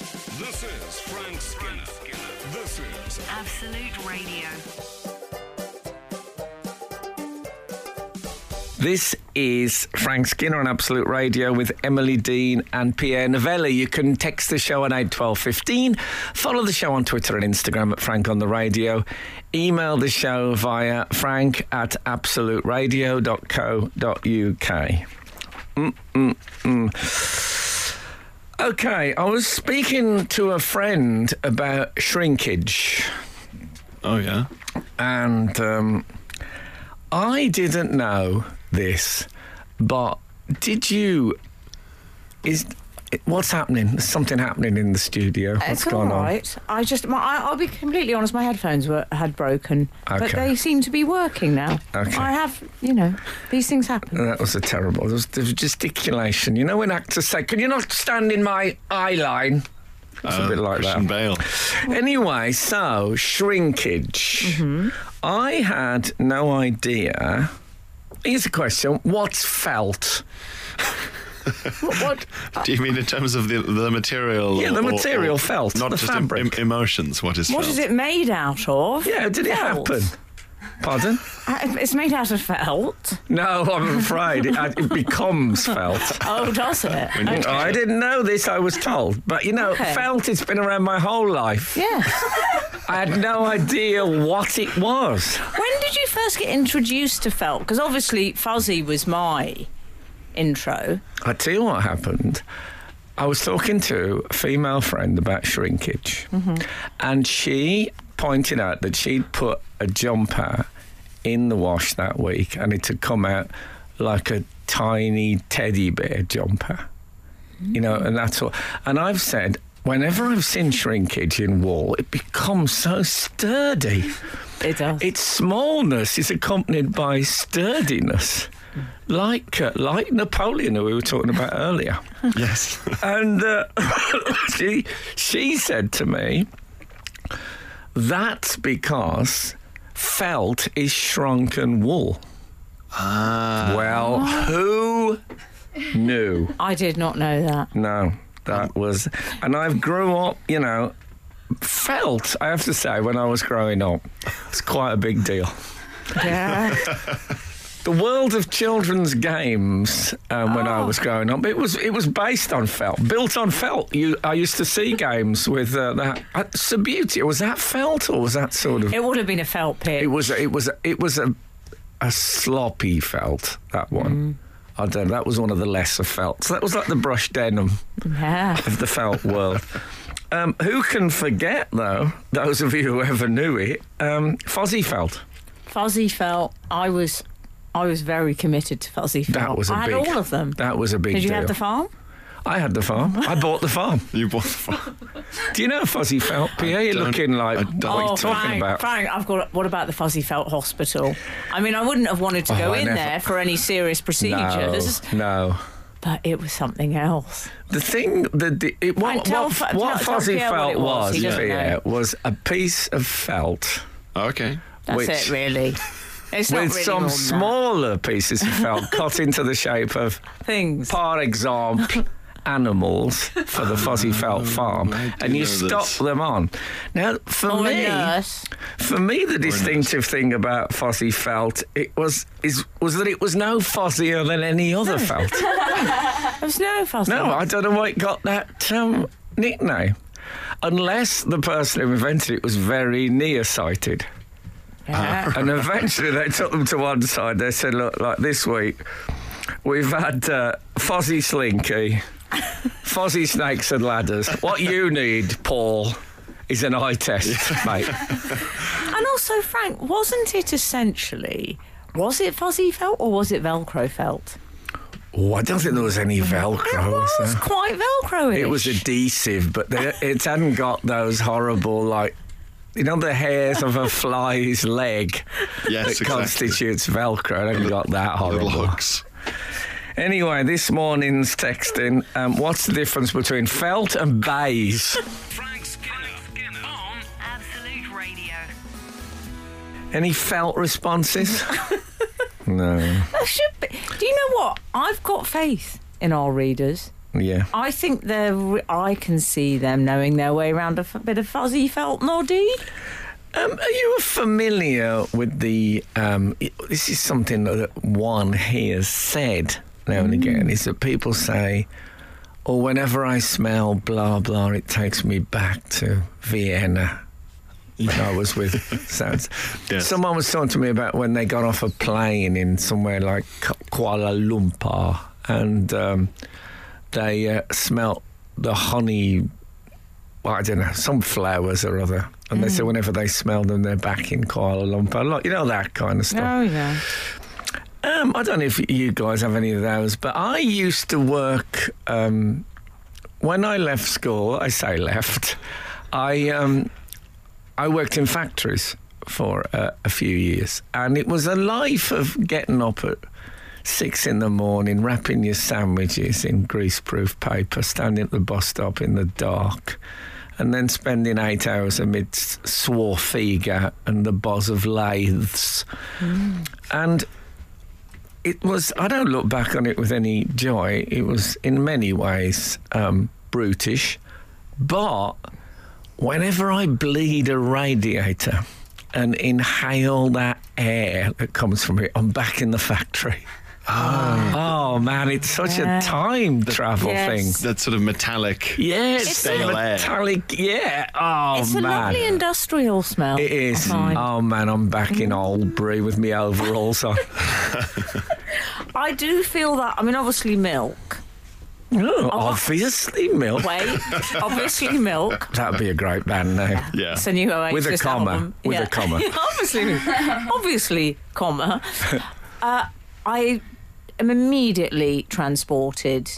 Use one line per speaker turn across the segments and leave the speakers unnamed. This is Frank Skinner. This is
Absolute Radio.
This is Frank Skinner on Absolute Radio with Emily Dean and Pierre Novelli. You can text the show on 81215. Follow the show on Twitter and Instagram at Frank on the Radio. Email the show via frank at absoluteradio.co.uk. Mm, Okay, I was speaking to a friend about shrinkage.
Oh yeah.
and um, I didn't know this, but did you? Is what's happening? There's something happening in the studio. What's
It's all
going
right. I just, my, I, I'll be completely honest. My headphones were had broken, but
Okay.
they seem to be working now.
Okay.
I have, you know, these things happen.
on? That was a terrible. There was, there was gesticulation. You know when actors say, "Can you not stand in my eye line?" It's a bit like
Uh, Christian
that.
Bale.
Anyway, so shrinkage.
Mm-hmm.
I had no idea. Here's a question: What's felt?
what, what,
Do you mean in terms of the, the material?
Yeah, the material felt,
Not
the
just em-
fabric.
em- emotions. What is?
what
felt.
is it made out of?
Yeah, did it
Felt.
happen? Pardon?
Uh, It's made out of felt.
No, I'm afraid it, it becomes felt.
Oh, does it?
you-
I didn't know this, I was told. But you know,
Okay.
felt it's been around my whole life.
yes.
I had no idea what it was.
When did you first get introduced to felt? Because obviously, fuzzy was my intro.
I tell you what happened. I was talking to a female friend about shrinkage, and she pointed out that she'd put a jumper in the wash that week, and it had come out like a tiny teddy bear jumper. You know, and that's all. And I've said, whenever I've seen shrinkage in wool, it becomes so sturdy.
It does.
Its smallness is accompanied by sturdiness, like uh, like Napoleon, who we were talking about earlier.
Yes.
And uh, she she said to me, "That's because felt is shrunken wool." Ah. Well, who knew?
I did not know that.
No, that was, and I've grew up, you know, felt. I have to say, when I was growing up, it's quite a big deal.
Yeah.
The world of children's games um, when
Oh.
I was growing up, it was it was based on felt, built on felt. You, I used to see games with uh, that. Uh, Sir Beauty was that felt or was that sort of? It,
it would have been a felt pit.
was it was it was a a sloppy felt that
Mm.
one. I don't. know, That was one of the lesser felts. That was like the brush denim
yeah.
of the felt world. Um, who can forget though? Those of you who ever knew it, um, Fozzie felt.
Fuzzy felt. I was, I was very committed to fuzzy felt.
That was a
I
big.
had all of them.
That was a big.
Did you
deal.
have the farm?
I had the farm. I bought the farm.
you bought. The,
Do you know Fuzzy Felt? Pierre, you're
don't-
looking like,
I
what
don't-
are you
oh,
talking
Frank,
about?
Frank, I've got. What about the fuzzy felt hospital? I mean, I wouldn't have wanted to
Oh,
go
I
in
never-
there for any serious procedures,
No, no.
but it was something else.
The thing that the, it, what,
Right, tell
what, what
Fu- tell- tell
Fuzzy
Pierre what
Felt
it was,
was,
he doesn't
Pierre,
know.
was a piece of felt
Oh, okay.
That's
Which-
it, really. It's not
with
really
some
more than
smaller pieces of felt cut into the shape of,
that. things.
par example. Animals for the Fuzzy Felt farm,
Oh, I do
and you
know this.
stop them on. Now, for
Or
me,
a nurse.
For me, the distinctive thing about Fozzie felt it was is was that it was no fuzzier than any other felt.
There's no fuzzy.
No, I don't know why it got that um, nickname, unless the person who invented it was very nearsighted.
Yeah.
And eventually, they took them to one side. They said, "Look, like this week, we've had uh, Fozzie Slinky, Fozzie Snakes and Ladders. What you need, Paul, is an eye test, mate."
And also, Frank, wasn't it essentially? Was it fuzzy felt or was it Velcro felt?
Oh, I don't think there was any Velcro.
It
was
was
there?
quite Velcro.
It was adhesive, but they, it hadn't got those horrible, like, you know, the hairs of a fly's leg
Yes,
that
exactly.
constitutes Velcro. It hadn't got that
Little
horrible.
hooks.
Anyway, this morning's texting um, what's the difference between felt and baize?
Frank Skinner.
On Absolute Radio.
Any felt responses? no.
That should be. Do you know what? I've got faith in our readers.
Yeah.
I think they're. re- I can see them knowing their way around a f- bit of fuzzy felt noddy.
Um, are you familiar with the? Um, i- this is something that one hears said now and again. Is that people say, "Or whenever I smell blah blah, it takes me back to Vienna." When I was with sounds,
Yes.
someone was talking to me about when they got off a plane in somewhere like Ku- Kuala Lumpur, and um, they uh, smelt the honey well, I don't know, some flowers or other. And they say whenever they smell them, they're back in Kuala Lumpur. Like, you know, that kind of stuff.
yeah.
Um, I don't know if you guys have any of those, but I used to work. Um, when I left school, I say left, I, um, I worked in factories for uh, a few years. And it was a life of getting up at six in the morning, wrapping your sandwiches in greaseproof paper, standing at the bus stop in the dark, and then spending eight hours amidst Swarfiga and the buzz of lathes. And it was, I don't look back on it with any joy. It was, in many ways, um, brutish, but whenever I bleed a radiator and inhale that air that comes from it, I'm back in the factory. Oh, man, it's such
Yeah.
a time travel
Yes.
thing.
That sort of metallic.
Yes,
It's
the
a-
metallic. Yeah. Oh
It's a
man.
lovely industrial smell.
it is.
I, find.
Oh man, I'm back in
Mm.
Oldbury with me overalls on.
I do feel that. I mean, obviously milk.
oh, obviously, milk.
Wait, obviously milk.
That'd be a great band name.
Yeah.
It's a new Oasis
With a comma.
album.
With a comma.
obviously, obviously, comma. Uh, I am immediately transported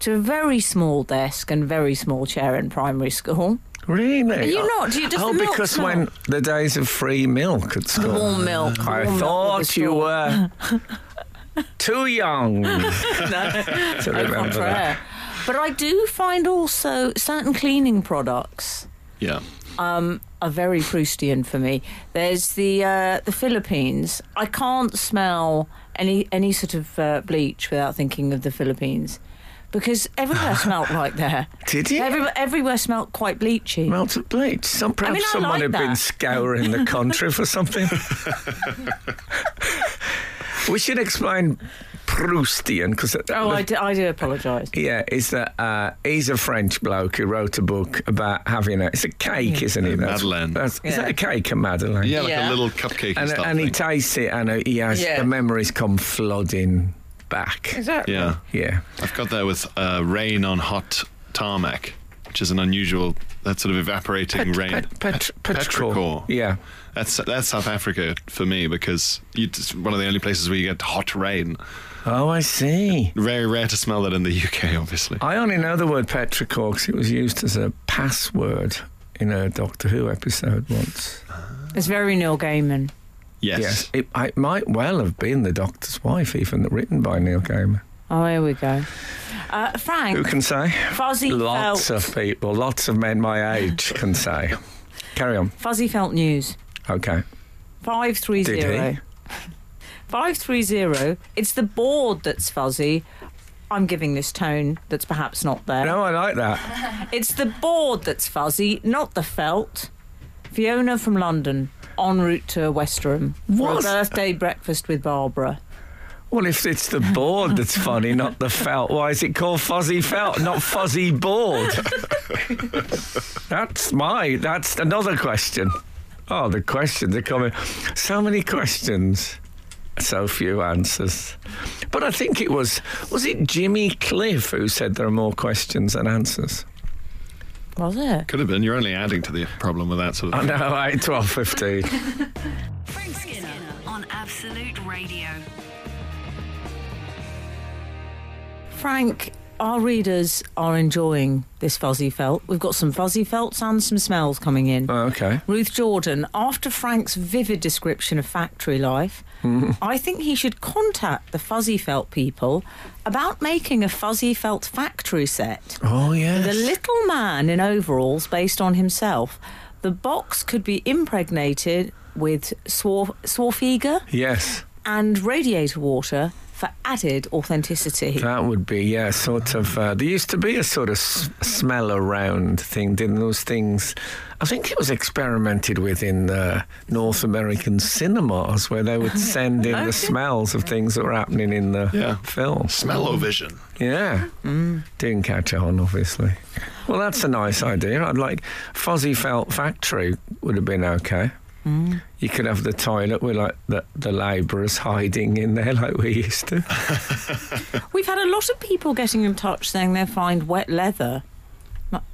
to a very small desk and very small chair in primary school.
Really?
Are you not? Do you- does
oh,
the milk
because
smell?
when the days of free milk at school.
Warm milk.
I
warm milk with a
thought you
straw.
were too young to
No, au
remember that.
contraire. But I do find also certain cleaning products
Yeah.
um, are very Proustian for me. There's the uh, the Philippines. I can't smell any any sort of uh, bleach without thinking of the Philippines, because everywhere smelt like there.
Did you?
Everywhere, everywhere smelt quite bleachy.
Melted bleach. Some, perhaps
mean, I
someone
like
had been
that.
scouring the country for something. we should explain Proustian because
oh, I do, I do apologise.
Yeah, is that uh, he's a French bloke who wrote a book about having a. It's a cake, isn't it? That's-
Madeleine.
that's- Is
Yeah.
that a cake, a Madeleine?
Yeah, like
Yeah.
a little cupcake and,
And,
stuff.
and he tastes it, and uh, he has
Yeah.
the memories come flooding back.
Exactly.
yeah.
Yeah.
I've got that with uh, rain on hot tarmac, which is an unusual, that sort of evaporating rain.
Pet, pet, petrichor.
petrichor.
Yeah.
That's that's South Africa for me because you, it's one of the only places where you get hot rain.
Oh, I see.
Very rare to smell that in the UK, obviously.
I only know the word petrichor because it was used as a password in a Doctor Who episode once.
It's very Neil Gaiman.
Yes.
It, it might well have been the Doctor's wife, even written by Neil Gaiman.
Oh, here we go. Uh,
Who
Frank,
can say?
fuzzy
Lots
felt,
of people, lots of men my age can say. Carry on.
fuzzy felt news.
Okay.
Five three
Did
zero.
he?
Five three zero. It's the board that's fuzzy. I'm giving this tone that's perhaps not there.
No, I like that.
It's the board that's fuzzy, not the felt. Fiona from London, en route to Westerham for a
What?
birthday breakfast with Barbara.
Well, if it's the board that's funny, not the felt, why is it called fuzzy felt, not fuzzy board? that's my. That's another question. Oh, the questions are coming. So many questions, so few answers. But I think it was was it Jimmy Cliff who said there are more questions than answers.
Was it?
Could have been. You're only adding to the problem with that sort of
I
thing.
know, Oh, eight, twelve, fifteen.
Frank Skinner on Absolute Radio.
Frank, our readers are enjoying this fuzzy felt. We've got some fuzzy felts and some smells coming in.
Oh, okay.
Ruth Jordan, after Frank's vivid description of factory life, I think he should contact the fuzzy felt people about making a fuzzy felt factory set.
Oh yes.
The little man in overalls based on himself. The box could be impregnated with swar- swarfiga
yes.
and radiator water for added authenticity.
That would be, yeah, sort of. Uh, there used to be a sort of s- smell around thing, didn't those things? I think it was experimented with in uh, North American cinemas where they would send in the smells of things that were happening in the
Yeah.
film.
Smell-o-vision.
Yeah. Didn't catch on, obviously. Well, that's a nice idea. I'd like Fuzzy Felt Factory would have been okay. You could have the toilet with like the, the labourers hiding in there like we used to.
We've had a lot of people getting in touch saying they find wet leather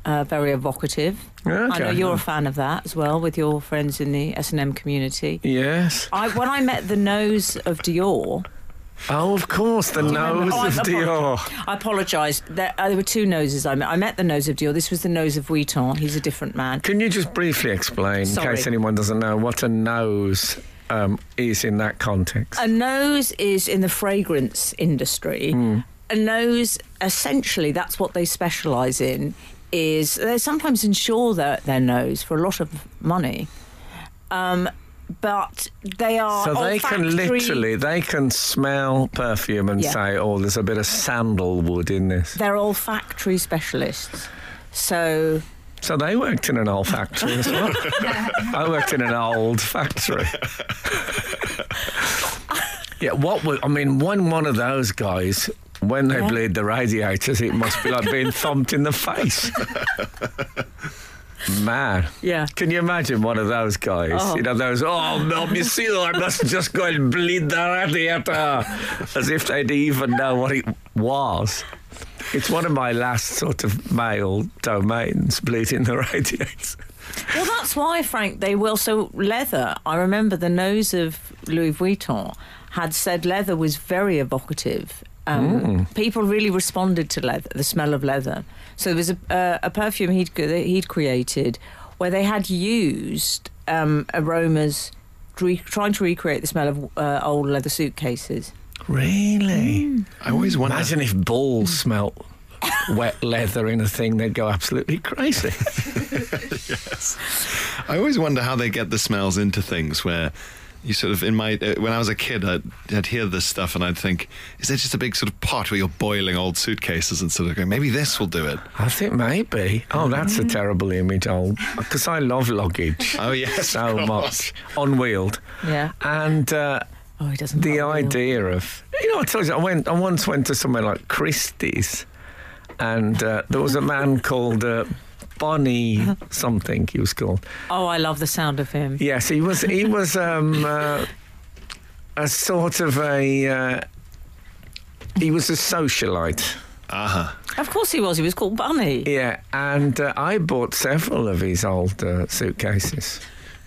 uh, very evocative. I know
Okay.
you're a fan of that as well with your friends in the S and M community.
Yes.
I, when I met the nose of Dior,
Oh, of course, the nose
Oh, I
of
apologise.
Dior.
I apologise. There, uh, there were two noses I met. I met the nose of Dior. This was the nose of Vuitton. He's a different man.
Can you just briefly explain, in
Sorry.
case anyone doesn't know, what a nose um, is in that context?
A nose is in the fragrance industry.
Hmm.
A nose, essentially, that's what they specialise in. Is they sometimes insure their, their nose for a lot of money, um, but they are
so they can
olfactory-
literally they can smell perfume and
Yeah.
say, "Oh, there's a bit of sandalwood in this."
they're olfactory specialists. So
So they worked in an old factory as well. I worked in an old factory. yeah, what was, I mean, when one of those guys, when they
Yeah.
bleed the radiators, it must be like being thumped in the face. Man.
yeah,
Can you imagine one of those guys?
Oh.
You know, those, oh, no, you see, I must just go and bleed the radiator. As if they'd even know what it was. It's one of my last sort of male domains, bleeding the radiator.
Well, that's why, Frank, they will. So, leather, I remember the nose of Louis Vuitton had said leather was very evocative. Um,
Mm.
People really responded to leather, the smell of leather. So, there was a, uh, a perfume he'd, that he'd created where they had used um, aromas, to re- trying to recreate the smell of uh, old leather suitcases.
Really?
I always wonder.
Mm. Imagine if balls smelt wet leather in a thing, they'd go absolutely crazy.
I always wonder how they get the smells into things where you sort of in my uh, when I was a kid I'd, I'd hear this stuff and I'd think is there just a big sort of pot where you're boiling old suitcases and sort of going maybe this will do it
I think maybe. Oh, that's a terrible image, old. Because I love luggage
oh yes of
so
course.
much. Unwheeled.
Yeah.
And. Uh,
Oh, he doesn't.
the
like leather.
idea of you know I told you I went I once went to somewhere like Christie's and uh, there was a man called uh, Bonnie something he was called
Oh, I love the sound of him.
yes he was he was um, uh, a sort of a uh, he was a socialite
uh-huh
Of course he was. He was called Bunny.
yeah and uh, I bought several of his old uh, suitcases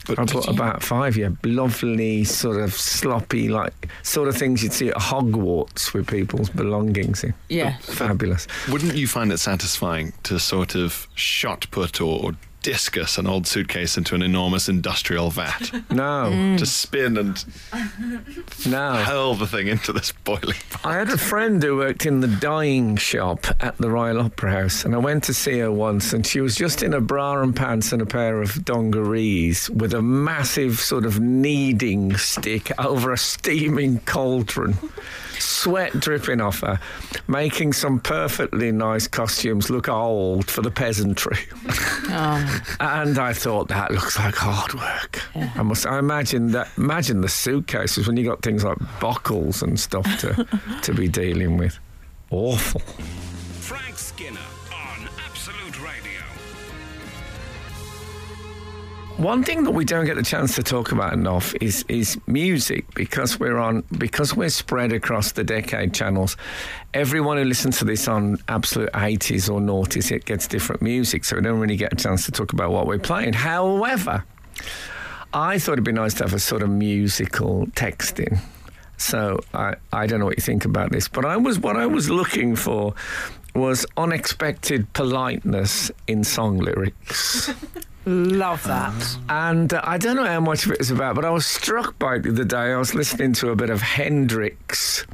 but
I bought about five, yeah. Lovely, sort of sloppy, like sort of things you'd see at Hogwarts with people's belongings in.
Yeah.
Fabulous.
wouldn't you find it satisfying to sort of shot put or, or discus an old suitcase into an enormous industrial vat
No,
to spin and
no.
hurl the thing into this boiling pot
I had a friend who worked in the dyeing shop at the Royal Opera House, and I went to see her once, and she was just in a bra and pants and a pair of dungarees with a massive sort of kneading stick over a steaming cauldron, sweat dripping off her, making some perfectly nice costumes look old for the peasantry.
Oh.
And I thought that looks like hard work. I must. I imagine that. Imagine the suitcases when you got things like buckles and stuff to to be dealing with. Awful.
Frank Skinner on Absolute Radio.
One thing that we don't get the chance to talk about enough is is music because we're on because we're spread across the decade channels. Everyone who listens to this on absolute eighties or noughties, it gets different music, so we don't really get a chance to talk about what we're playing. However, I thought it'd be nice to have a sort of musical texting. So I, I don't know what you think about this, but I was what I was looking for was unexpected politeness in song lyrics.
Love that.
And uh, I don't know how much of it is about, but I was struck by it the other day. I was listening to a bit of Hendrix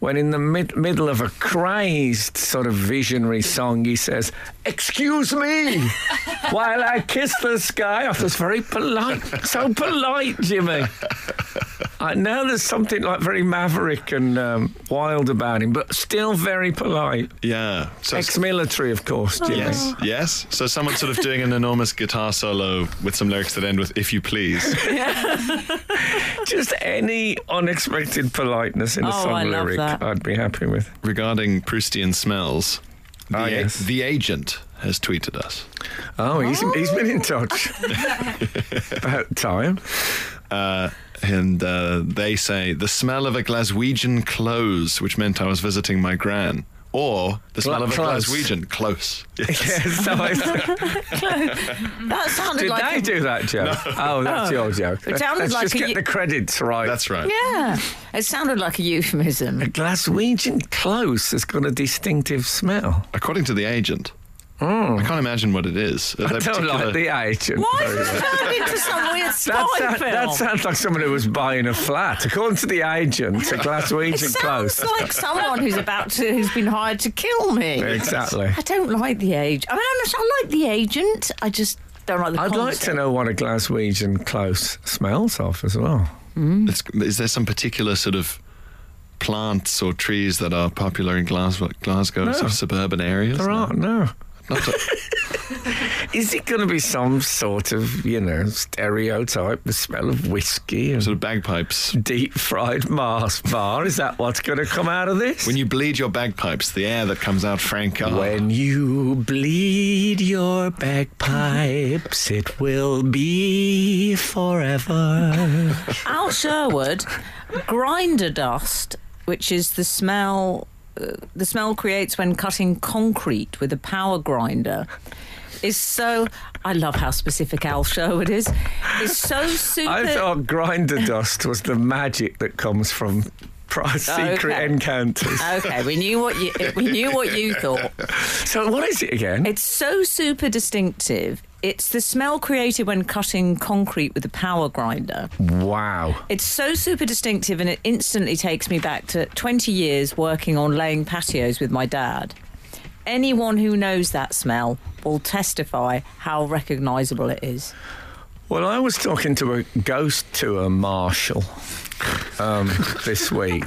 when, in the mid- middle of a crazed sort of visionary song, he says, Excuse me while I kiss the sky. I was very polite. So polite, Jimmy. I know there's something like very maverick and um, wild about him, but still very polite.
Yeah. So it's-
Ex-military, of course. Jimmy.
Yes, yes. So someone sort of doing an enormous guitar solo with some lyrics that end with "If you please."
Just any unexpected politeness in a
Oh,
song
I love
lyric,
that.
I'd be happy with.
Regarding Proustian smells, the,
Ah, yes.
the agent has tweeted us.
Oh, he's, he's been in touch. About time.
Uh, and uh, they say the smell of a Glaswegian close, which meant I was visiting my gran, or the smell of a
Close.
Glaswegian close.
Yes, so I-
That sounded
did
like
I
a-
do that joke? Oh, that's your joke.
It sounded
Let's
like
just
a
get
y-
the credits right.
That's right.
Yeah, it sounded like a euphemism.
a Glaswegian close has got a distinctive smell.
According to the agent, I can't imagine what it is. Are
Hmm. I
there
don't
particular-
like the agent.
Why
very
have you
much.
turned into some weird spy
That, sound-
film?
that sounds like someone who was buying a flat. According to the agent, a
it
Glaswegian
sounds
close.
like someone who's about to, who's been hired to kill me.
Exactly.
I don't like the age. I mean, I must- I like the agent. I just don't like the.
I'd like to
concept.
know what a Glaswegian close smells of as well.
It's, is there some particular sort of plants or trees that are popular in Glasgow, Glasgow
No.
sort of suburban areas?
There
No.
aren't, no.
Not to-
Is it going to be some sort of, you know, stereotype? The smell of whiskey and
sort of bagpipes.
deep fried Mars bar? Is that what's going to come out of this?
When you bleed your bagpipes, the air that comes out, Frank. ah,
When you bleed your bagpipes, it will be forever.
Al Sherwood, grinder dust, which is the smell. Uh, the smell creates when cutting concrete with a power grinder. Is so. I love how specific Al Sherwood is. Is so super.
I thought grinder dust was the magic that comes from pri- secret
Oh, Okay.
encounters.
Okay, we knew what you we knew what you thought.
So what is it again?
It's so super distinctive. It's the smell created when cutting concrete with a power grinder.
wow.
It's so super distinctive and it instantly takes me back to 20 years working on laying patios with my dad. Anyone who knows that smell will testify how recognizable it is.
Well, I was talking to a ghost tour marshal um, this week.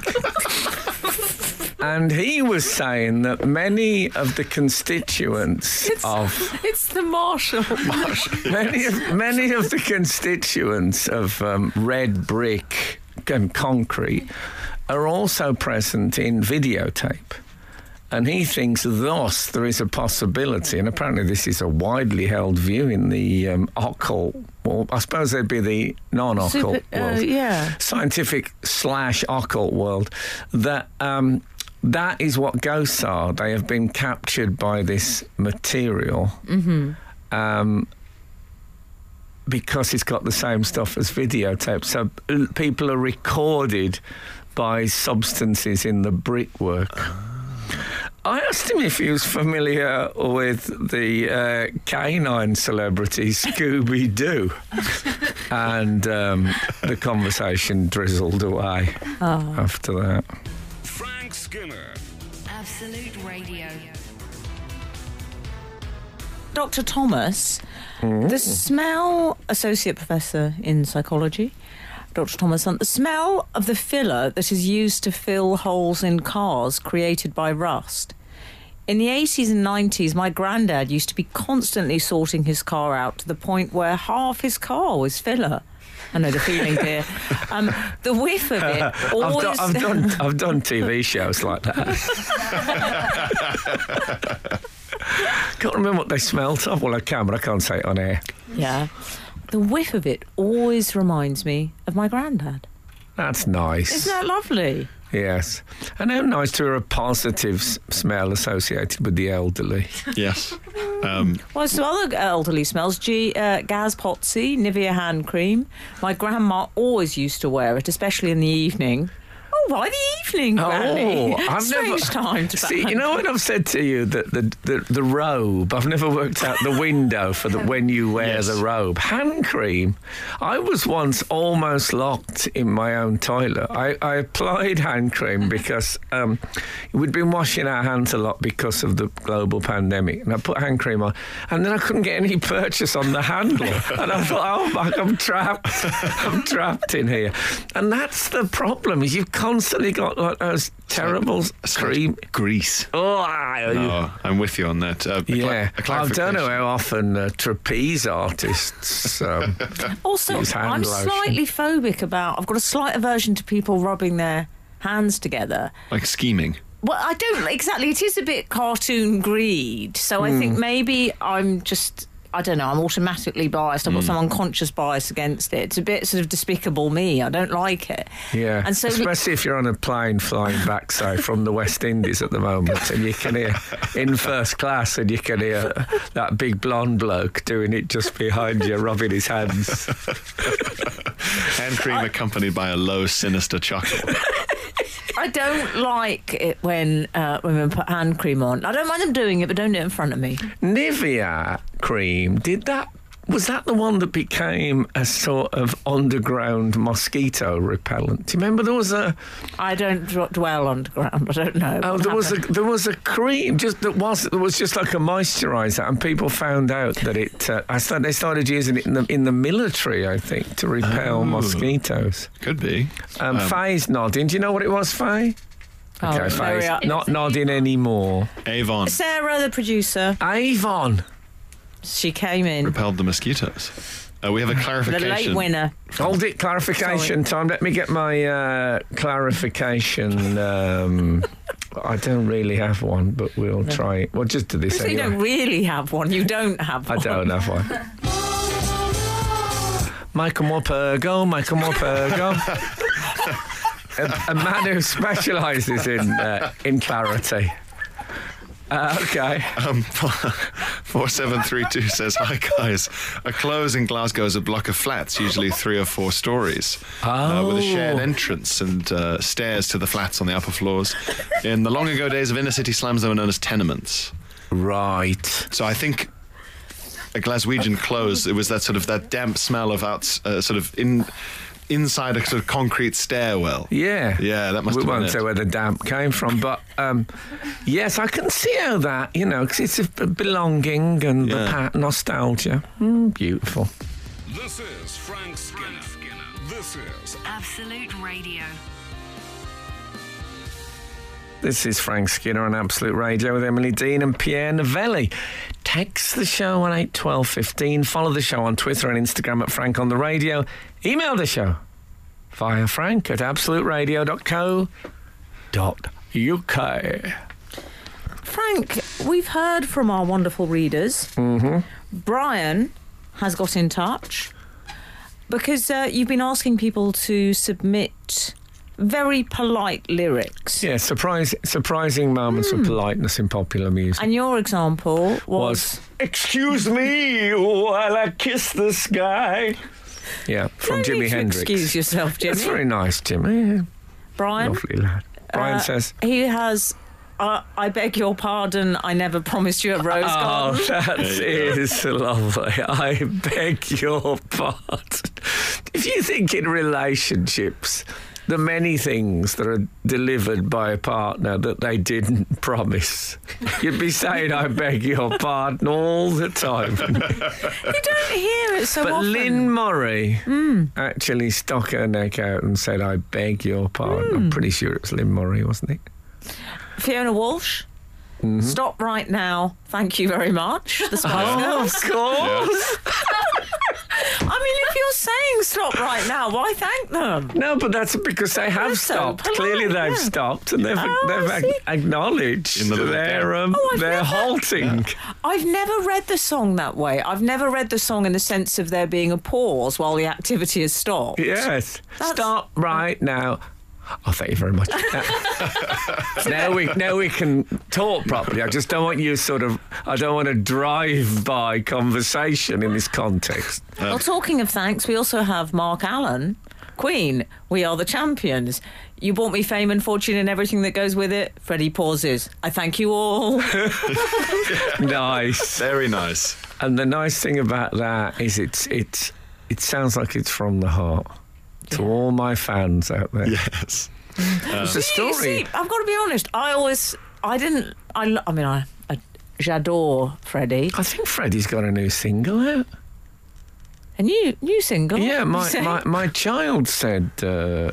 And he was saying that many of the constituents of
It's the marshal.
many of, many of the constituents of um, red brick and concrete are also present in videotape. And he thinks, thus, there is a possibility, and apparently this is a widely held view in the um, occult, or I suppose there'd be the non-occult
Super,
world,
uh, yeah.
scientific slash occult world, that um, that is what ghosts are. They have been captured by this material um, because it's got the same stuff as videotape. So l- people are recorded by substances in the brickwork. I asked him if he was familiar with the uh, canine celebrity Scooby Doo, and um, the conversation drizzled away
Oh.
after that.
Frank Skinner.
Absolute Radio.
Dr. Thomas,
Hmm.
the smell, associate professor in psychology, Dr. Thomas Hunt, the smell of the filler that is used to fill holes in cars created by rust. In the 80s and 90s, my granddad used to be constantly sorting his car out to the point where half his car was filler. I know the feeling, dear. Um, the whiff of it
I've
always.
done, I've done I've done TV shows like that. Can't remember what they smelt of. Well, I can, but I can't say it on air.
yeah. The whiff of it always reminds me of my granddad.
That's nice.
Isn't that lovely?
Yes. And how nice to hear a positive s- smell associated with the elderly.
Yes. Um,
Well, some other elderly smells. G, uh, Gaz Potsy, Nivea hand cream. My grandma always used to wear it, especially in the evening. Oh, why the evening rally? Strange time to
see. You
ban.
know when I've said to you that the, the the robe. I've never worked out the window for the when you wear
Yes.
the robe. Hand cream. I was once almost locked in my own toilet. I, I applied hand cream because um, we'd been washing our hands a lot because of the global pandemic, and I put hand cream on, and then I couldn't get any purchase on the handle, and I thought, oh my, I'm trapped. I'm trapped in here, and that's the problem. Is you've constantly got like those terrible cream.
Grease.
Oh, I,
No, I'm with you on that. Uh, a cla- a
yeah. I don't
clarification.
know how often uh, trapeze artists. Um,
Also,
Use hand
I'm
lotion.
slightly phobic about. I've got a slight aversion to people rubbing their hands together.
Like scheming.
Well, I don't exactly. It is a bit cartoon greed. So I
Hmm.
think maybe I'm just. I don't know. I'm automatically biased.
Hmm.
I've got some unconscious bias against it. It's a bit sort of despicable me. I don't like it.
yeah.
And so
Especially if you're on a plane flying back, say, from the West Indies at the moment, and you can hear in first class, and you can hear that big blonde bloke doing it just behind you, rubbing his hands.
Hand cream accompanied by a low, sinister chuckle.
I don't like it when uh, women put hand cream on. I don't mind them doing it, but don't do it in front of me.
Nivea cream, did that. Was that the one that became a sort of underground mosquito repellent? Do you remember there was a
I don't dr- dwell underground. I don't know.
Oh,
what
there was a
happened.
there was a cream just that was it was just like a moisturiser, and people found out that it. Uh, I start, they started using it in the in the military, I think, to repel
Oh.
mosquitoes.
Could be.
Um,
Um,
Faye's nodding. Do you know what it was, Faye?
Oh,
okay,
there we
Faye's
are.
not nodding anymore.
Avon
Sarah, the producer,
Avon.
she came in.
repelled the mosquitoes. Uh, we have a
The
clarification.
late winner.
Hold it, clarification time. Let me get my uh, clarification. Um, I don't really have one, but we'll try it. Well, just do this
So you
anyway.
don't really have one. You don't have
I
one.
don't have one. Michael Morpurgo, Michael Morpurgo. a, a man who specialises in uh, in clarity. Uh, okay.
Um, 4732 says, Hi guys. A close in Glasgow is a block of flats, usually three or four stories, uh, with a shared
Oh.
entrance and uh, stairs to the flats on the upper floors. In the long ago days of inner city slums, they were known as tenements.
Right.
So I think a Glaswegian close. It was that sort of that damp smell of out, uh, sort of in inside a sort of concrete stairwell.
Yeah.
Yeah, that must
We
have been
won't
it.
say where the damp came from, but um, yes, I can see how that, you know, because it's a, a belonging and the
Yeah.
pat nostalgia. Mm, beautiful.
This is Frank Skinner. This is
Absolute Radio.
This is Frank Skinner on Absolute Radio with Emily Dean and Pierre Novelli. Text the show on 81215. Follow the show on Twitter and Instagram at Frank on the Radio. Email the show via frank at absoluteradio.co.uk.
Frank, we've heard from our wonderful readers. Mm-hmm. Brian has got in touch because uh, you've been asking people to submit very polite lyrics.
Yeah, surprise, surprising moments
Hmm.
of politeness in popular music.
And your example was,
was excuse me while I kiss the sky. Yeah, from
No need
Jimi
to
Hendrix.
Excuse yourself, Jimmy.
That's very nice, Jimmy. Yeah,
Brian.
Lovely lad. Brian
uh,
says,
he has. Uh, I beg your pardon. I never promised you a rose
Oh,
garden.
that
There
is lovely. I beg your pardon. If you think in relationships, the many things that are delivered by a partner that they didn't promise, you'd be saying, I beg your pardon all the time.
You don't hear it so
But
often.
Lynn Murray actually stuck her neck out and said, I beg your pardon. I'm pretty sure it was Lynn Murray, wasn't it?
Fiona Walsh.
Mm-hmm.
Stop right now. Thank you very much. The Spice
Oh.
Girls.
course.
I mean, if you're saying stop right now, why thank them?
No, but that's because they have
so
stopped.
polite,
Clearly, they've
yeah.
stopped, and they've,
Oh, I
they've
see.
ac- acknowledged
In the little
their
down.
um,
Oh, I've
their
never-
halting.
I've never read the song that way. I've never read the song in the sense of there being a pause while the activity is stopped.
Yes,
That's-
stop right now. Oh, thank you very much. Now- now we now we can talk properly. I just don't want you sort of. I don't want a drive-by conversation in this context.
Well, talking of thanks, we also have Mark Allen Queen, we are the champions. You bought me fame and fortune and everything that goes with it. Freddie pauses. I thank you all.
nice.
Very nice.
And the nice thing about that is it's it's it sounds like it's from the heart to all my fans out there.
Yes.
It's a
You
story.
see, I've got to be honest. I always, I didn't, I, lo- I mean, I, I j'adore Freddie.
I think Freddie's got a new single out.
A new, new single.
Yeah, my,
So-
my my child said uh,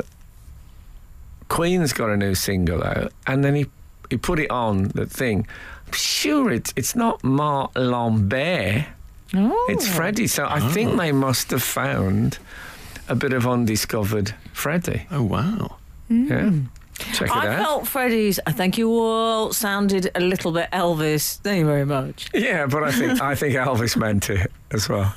Queen's got a new single out, and then he he put it on the thing. I'm sure it's it's not Mark Lambert,
Oh.
it's Freddie. So I think they must have found a bit of undiscovered Freddie.
Oh wow.
Yeah, check it
Hmm. I
out.
felt Freddie's I thank you all sounded a little bit Elvis. Thank you very much.
yeah, but I think I think Elvis meant it as well.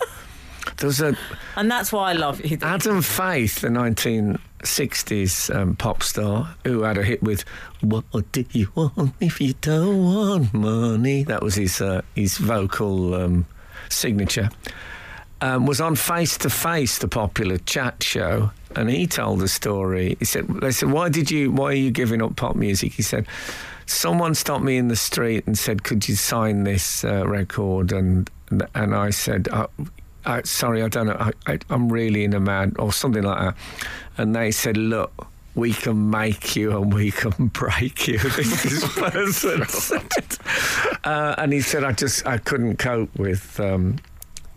There was a
And that's why I love you.
Adam Faith, the 1960s um, pop star, who had a hit with "What Do You Want If You Don't Want Money," that was his uh, his vocal um, signature. Um, was on Face to Face, the popular chat show, and he told the story. He said, "They said, why did you? Why are you giving up pop music?" He said, "Someone stopped me in the street and said, could you sign this uh, record?" And and I said, I, I, "Sorry, I don't know. I, I, I'm really in a man or something like that." And they said, "Look." We can make you and we can break you. This is person. said. uh, and he said, "I just I couldn't cope with um,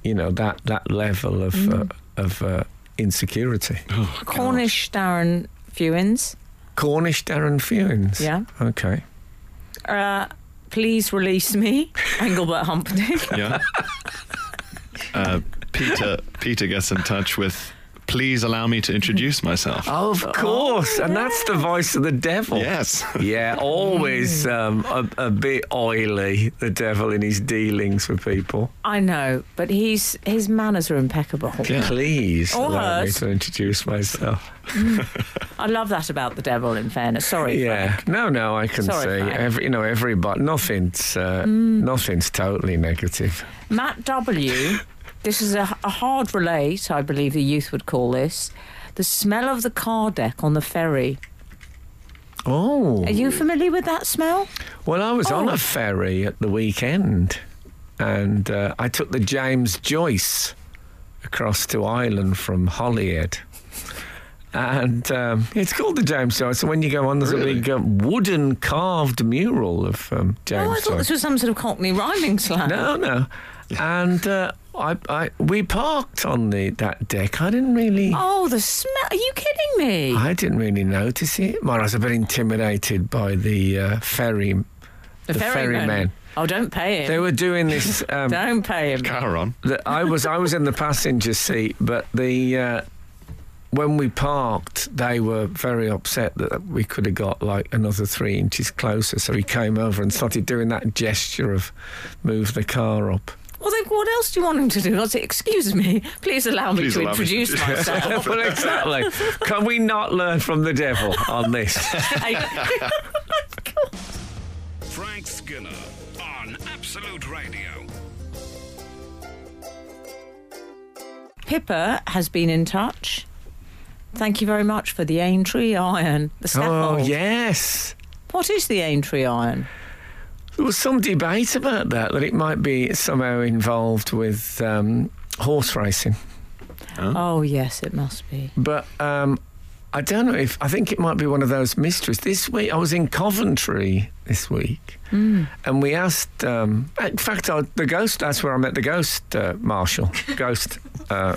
you know that that level of
Mm.
uh, of uh, insecurity.
Cornish Darren Fewins.
Cornish Darren Fewins.
Yeah.
Okay.
Uh, please release me, Engelbert Humperdinck.
Yeah. uh, Peter Peter gets in touch with. Please allow me to introduce myself.
Of
Oh,
course, and that's the voice of the devil.
Yes.
Yeah,
Mm.
always um, a, a bit oily, the devil in his dealings with people.
I know, but he's his manners are impeccable.
Yeah.
Please
Or
allow me
hers.
to introduce myself.
I love that about the devil. In fairness, sorry.
Yeah, no, no, I can
Sorry,
see.
Frank. Mm.
Every, you know, everybody, nothing's, uh, nothing's totally negative.
Matt W. This is a, a hard relate, I believe the youth would call this. The smell of the car deck on the ferry.
Oh.
Are you familiar with that smell?
Well, I was on
Oh.
a ferry at the weekend and uh, I took the James Joyce across to Ireland from Holyhead. And um, it's called the James Joyce. So when you go on, there's a big um, wooden carved mural of um, James
Oh, I thought
Joyce.
this was some sort of Cockney rhyming slang.
No, no. And uh, I, I, we parked on the that deck. I didn't really.
Oh, the smell. Are you kidding me?
I didn't really notice it. Well, I was a bit intimidated by the uh, ferry, the, ferryman.
Oh, don't pay him.
They were doing this um,
don't pay him.
Car on.
that I was I was in the passenger seat, but the uh, when we parked, they were very upset that we could have got like another three inches closer. So he came over and started doing that gesture of move the car up.
Well, then what else do you want him to do? I'll say, excuse me, please allow me
Please
to
allow me to
introduce
do-
myself.
well, exactly. Can we not learn from the devil on this?
I-
Frank Skinner on Absolute Radio.
Pippa has been in touch. Thank you very much for the Aintree Iron, the
Oh
scaffold.
yes.
What is the Aintree Iron?
There was some debate about that, that it might be somehow involved with um, horse racing.
Oh, yes, it must be.
But um, I don't know if I think it might be one of those mysteries. This week I was in Coventry this week,
Mm.
and we asked. Um, in fact, I, the ghost. That's where I met the ghost uh, marshal, ghost uh,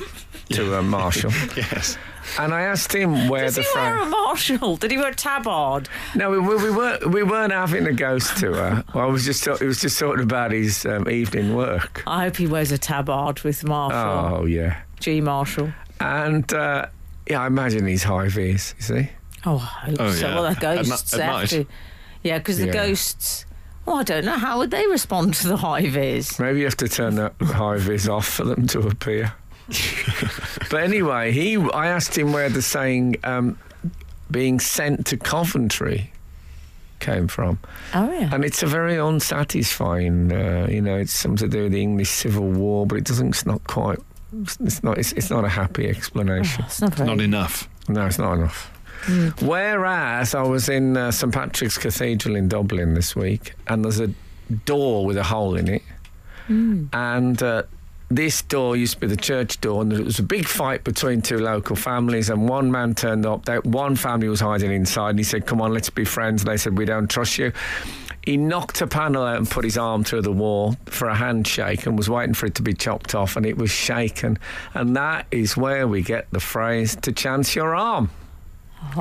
to a marshal,
Yes.
and I asked him where
Does
the
he
Fran-
wear a Marshall? Did he wear a tabard?
No, we, we, we weren't. We weren't having a ghost tour. I was just. It was just talking about his um, evening work.
I hope he wears a tabard with Marshall.
Oh yeah,
G. Marshall.
and uh, yeah, I imagine he's high vis. You see.
Oh, I hope
Oh,
so.
yeah.
Well, the
At ni-
ghosts
at
have
night.
to. Yeah, because the
Yeah.
ghosts. Well, I don't know. How would they respond to the high vis?
Maybe you have to turn that high vis off for them to appear. but anyway, he I asked him where the saying um, being sent to Coventry came from.
Oh, yeah.
And it's a very unsatisfying, uh, you know, it's something to do with the English Civil War, but it doesn't, it's not quite It's not. It's, it's not a happy explanation.
It's Oh, not very.
Not enough.
No, it's not enough. Whereas I was in uh, St Patrick's Cathedral in Dublin this week, and there's a door with a hole in it, and. Uh, this door used to be the church door, and there was a big fight between two local families. And one man turned up. That one family was hiding inside, and he said, "Come on, let's be friends." And they said, "We don't trust you." He knocked a panel out and put his arm through the wall for a handshake, and was waiting for it to be chopped off, and it was shaken. And that is where we get the phrase "to chance your arm."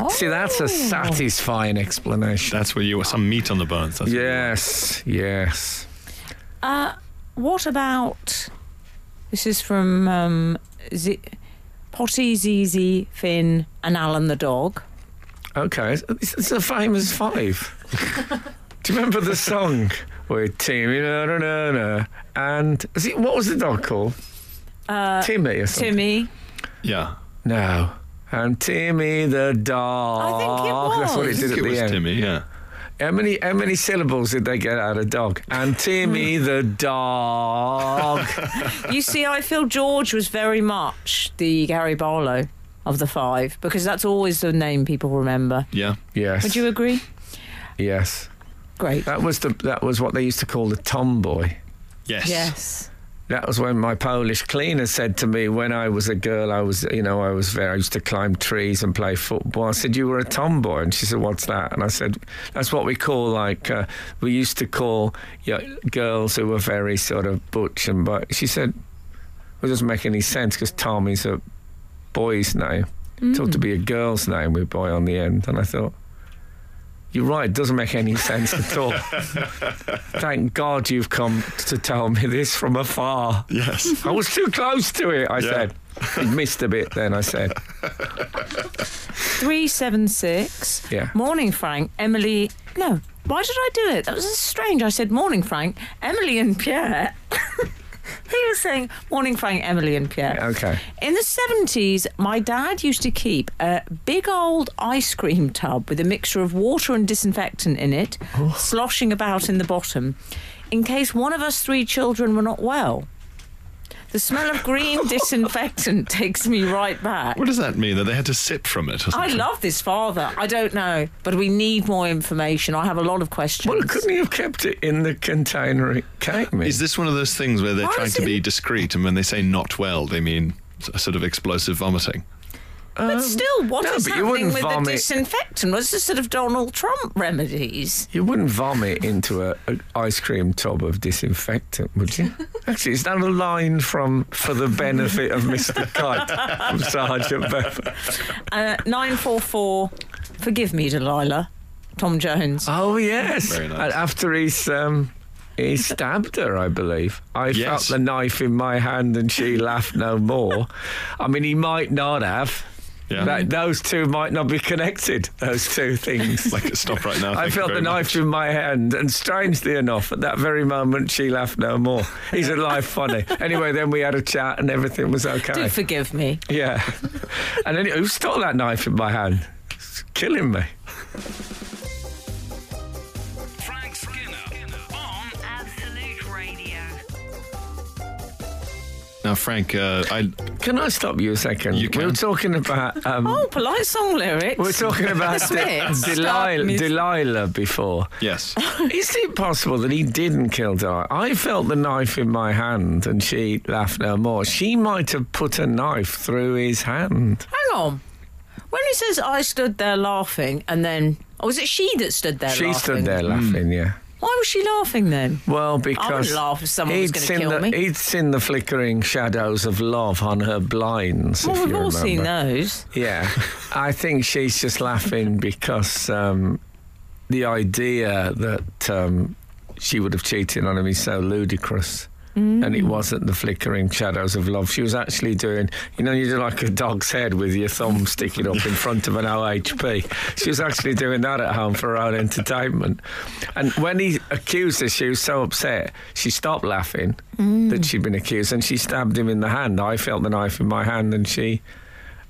See, that's
Oh.
a satisfying explanation.
That's where you were some meat on the bones. That's
Yes, yes.
Uh, what about? This is from um, Z- Potty, Zizi, Finn, and Alan the dog.
Okay, it's, it's a famous five. Do you remember the song? We're teaming, na, na, na, na, and is it, what was the dog called?
Uh,
Timmy or something?
Timmy.
Yeah.
No. And Timmy the dog.
was.
That's what
I
it
I
did
think
at
it
the
was
end.
Timmy, yeah.
How many how many syllables did they get out of dog? And Timmy
Hmm.
the dog.
you see, I feel George was very much the Gary Barlow of the five because that's always the name people remember.
Yeah.
Yes.
Would you agree?
yes.
Great.
That was the that was what they used to call the tomboy.
Yes.
Yes.
That was when my Polish cleaner said to me when I was a girl, I was, you know, I was very, I used to climb trees and play football. I said, You were a tomboy. And she said, What's that? And I said, That's what we call, like, uh, we used to call you know, girls who were very sort of butch and but She said, It doesn't make any sense because Tom is a boy's name. It's ought to be a girl's name with boy on the end. And I thought, You're right, it doesn't make any sense at all. Thank God you've come to tell me this from afar.
Yes.
I was too close to it, I
Yeah.
said. It missed a bit then, I said.
376.
Yeah.
Morning, Frank. Emily. No. Why did I do it? That was strange. I said, Morning, Frank. Emily and Pierre. he was saying, Morning, Frank, Emily and Pierre.
Okay.
In the 70s, my dad used to keep a big old ice cream tub with a mixture of water and disinfectant in it,
Oh.
sloshing about in the bottom, in case one of us three children were not well. The smell of green disinfectant takes me right back.
What does that mean? That they had to sip from it or
I
something?
love this father. I don't know, but we need more information. I have a lot of questions.
Well, couldn't he have kept it in the container it came in?
Is this one of those things where they're
Why
trying
is
to
it-
be discreet and when they say not well, they mean s- sort of explosive vomiting?
but still, what is
um, no, but you
happening
wouldn't
with
vomit.
the disinfectant? Was this sort of Donald Trump remedies?
You wouldn't vomit into a, a ice cream tub of disinfectant, would you? Actually, is that a line from "For the Benefit of Mr. Kite" from Sergeant Pepper?
Uh, 944, forgive me, Delilah, Tom Jones.
Oh yes.
Very nice.
And after he's um, he stabbed her, I believe. I
Yes.
felt the knife in my hand, and she laughed no more. I mean, he might not have.
Yeah.
That, those two might not be connected. Those two things.
Like, stop right now.
I
thank you
felt the
very
knife
much.
in my hand, and strangely enough, at that very moment, she laughed no more. He's alive, funny. Anyway, then we had a chat, and everything was
Do
okay.
forgive me.
yeah. And then who stole that knife in my hand? It's killing me.
Frank Skinner on
Absolute Radio.
Now, Frank, uh, I,
Can I stop you a second?
You
We were
can.
talking about. Um,
Oh, polite song lyrics.
we were talking about
The
De-
Smiths. Stop
Delilah,
me.
Delilah before.
yes.
Is it possible that he didn't kill Di? I felt the knife in my hand and she laughed no more. She might have put a knife through his hand.
Hang on. When he says, I stood there laughing, and then. Or was it she that stood there
she
laughing?
stood there
Hmm.
laughing, yeah.
Why was she laughing then?
Well, because
laugh if someone was
he'd
gonna
seen
kill
the,
me.
He'd seen the flickering shadows of love on her blinds.
Well,
if
we've
you
all seen
remember.
those.
Yeah, I think she's just laughing because um, the idea that um, she would have cheated on him is so ludicrous. And it wasn't the flickering shadows of love. She was actually doing, you know, you do like a dog's head with your thumb sticking up in front of an OHP. She was actually doing that at home for her own entertainment. And when he accused her, she was so upset, she stopped laughing that she'd been accused and she stabbed him in the hand. I felt the knife in my hand and she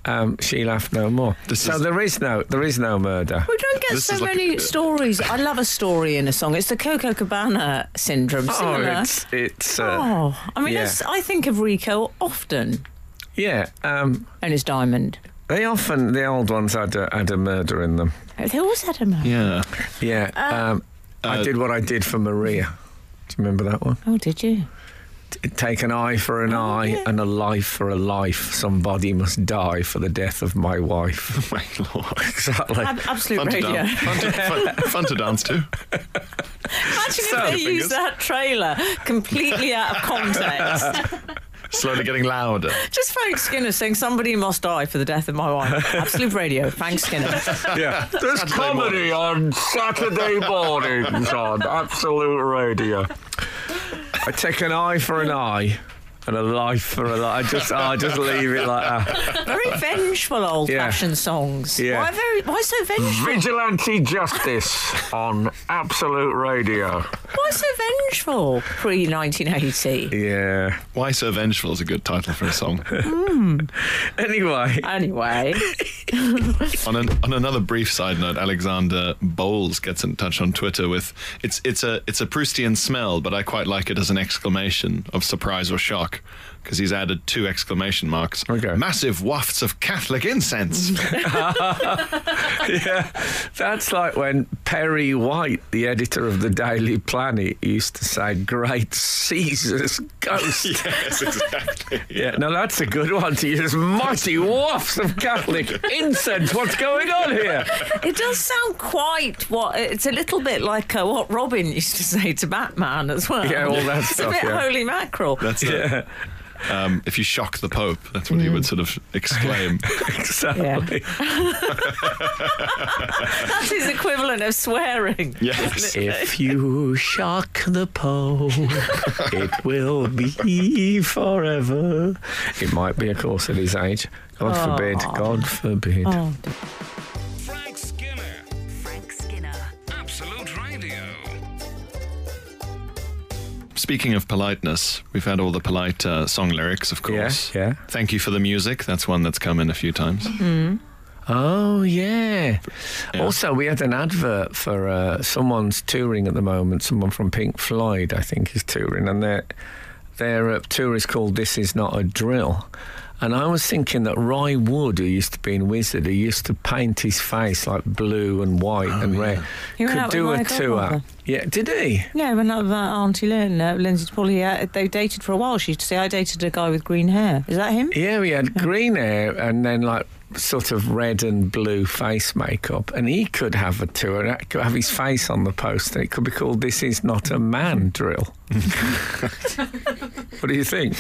um, she laughed no more.
This
so
is-
there is no there is no murder.
We don't get
This
so
is like
many
a-
stories. I love a story in a song. It's the Coco Cabana syndrome.
Oh,
similar.
it's it's. Uh,
Oh, I mean,
yeah.
that's, I think of Rico often.
Yeah, um,
and his diamond.
they often the old ones had a, had a murder in them.
They always had him.
Yeah.
Yeah, um, I
Uh,
did what I did for Maria. Do you remember that one?
Oh, did you?
T- Take an eye for an
Oh,
eye
yeah.
and a life for a life. Somebody must die for the death of my wife.
My lord.
exactly.
Ab- absolute
Fun to,
radio.
dance. Fun, to, fun, fun to dance to.
Imagine
So-
if they used that trailer completely out of context.
Slowly getting louder.
Just Frank Skinner saying somebody must die for the death of my wife. Absolute radio, Frank Skinner.
yeah. There's
comedy
on Saturday mornings on Absolute Radio. I take an eye for an eye and a life for a life. I just, I just leave it like that.
Very vengeful old fashioned songs.
Yeah.
Why very why so vengeful?
Vigilante Justice on Absolute Radio.
Why so vengeful? Pre nineteen eighty.
Yeah.
Why So Vengeful is a good title for a song.
Anyway,
Anyway.
on, an, on another brief side note, Alexander Bowles gets in touch on Twitter with it's it's a it's a Proustian smell, but I quite like it as an exclamation of surprise or shock because he's added two exclamation marks.
Okay.
Massive wafts of Catholic incense.
yeah, that's like when Perry White, the editor of the Daily Planet, used to say, "Great Caesar's ghost."
yes, exactly.
Yeah, no, that's a good one to use. Mighty wafts of Catholic incense. What's going on here?
It does sound quite what it's a little bit like uh, what Robin used to say to Batman as well.
Yeah, all that
it's
stuff,
a bit
yeah.
holy mackerel.
That's it. Um, if you shock the Pope, that's what he
Mm.
would sort of exclaim.
Exactly.
That's his equivalent of swearing.
yes.
If you shock the Pope, it will be forever. It might be, of course, at his age. God forbid. God forbid.
Oh,
Frank Skinner.
Frank Skinner.
Absolute Radio.
Speaking of politeness, we've had all the polite uh, song lyrics, of
Yeah,
course.
yeah.
Thank you for the music. That's one that's come in a few times.
Oh yeah.
Yeah.
Also, we had an advert for uh, someone's touring at the moment. Someone from Pink Floyd, I think, is touring, and their their uh, tour is called "This Is Not a Drill." And I was thinking that Roy Wood, who used to be in Wizard, who used to paint his face like blue and white and red,
Oh, He went
could
out
do
with
a
my
tour.
godmother.
Yeah, did he?
Yeah, when that Auntie Lynn, uh, Lindsay DePaul, yeah, they dated for a while. She used to say, I dated a guy with green hair. Is that him?
Yeah, we had green hair and then like sort of red and blue face makeup, and he could have a tour. That could have his face on the poster. It could be called "This Is Not a Man Drill." what do you think?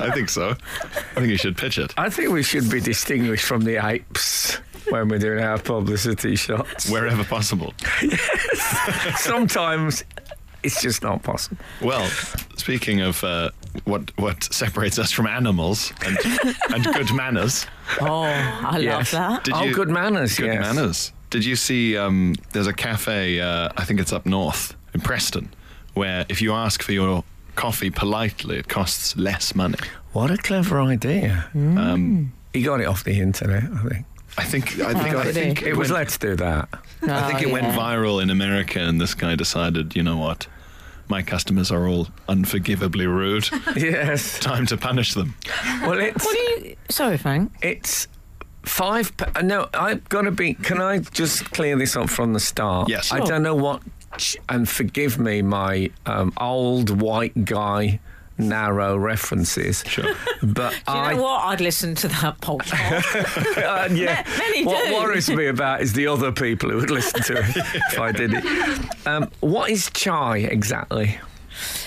I think so. I think you should pitch it.
I think we should be distinguished from the apes when we're doing our publicity shots.
Wherever possible.
Sometimes it's just not possible.
Well, speaking of uh, what what separates us from animals and, and good manners,
Oh, I
Yes.
love that.
did
oh,
you
good manners.
good
yes.
manners? Did you see? Um, there's a cafe. Uh, I think it's up north in Preston, where if you ask for your coffee politely, it costs less money.
What a clever idea.
Mm.
Um,
He got it off the internet, I think.
I think I think I
did
think
Oh, It was
went-
let's do that.
I think
Oh,
it went
yeah.
viral in America, and this guy decided, you know what, my customers are all unforgivably rude.
yes.
Time to punish them.
Well, it's
What do you. Sorry, Frank.
It's five. p- uh, No, I've got to be. Can I just clear this up from the start?
Yes.
I
Sure.
don't know what. ch- And forgive me, my um, old white guy narrow references.
Sure.
But
Do you
I.
know what? I'd listen to that podcast.
uh, yeah.
Ma- many
what
do.
worries me about is the other people who would listen to it if I did it. Um, what is chai exactly?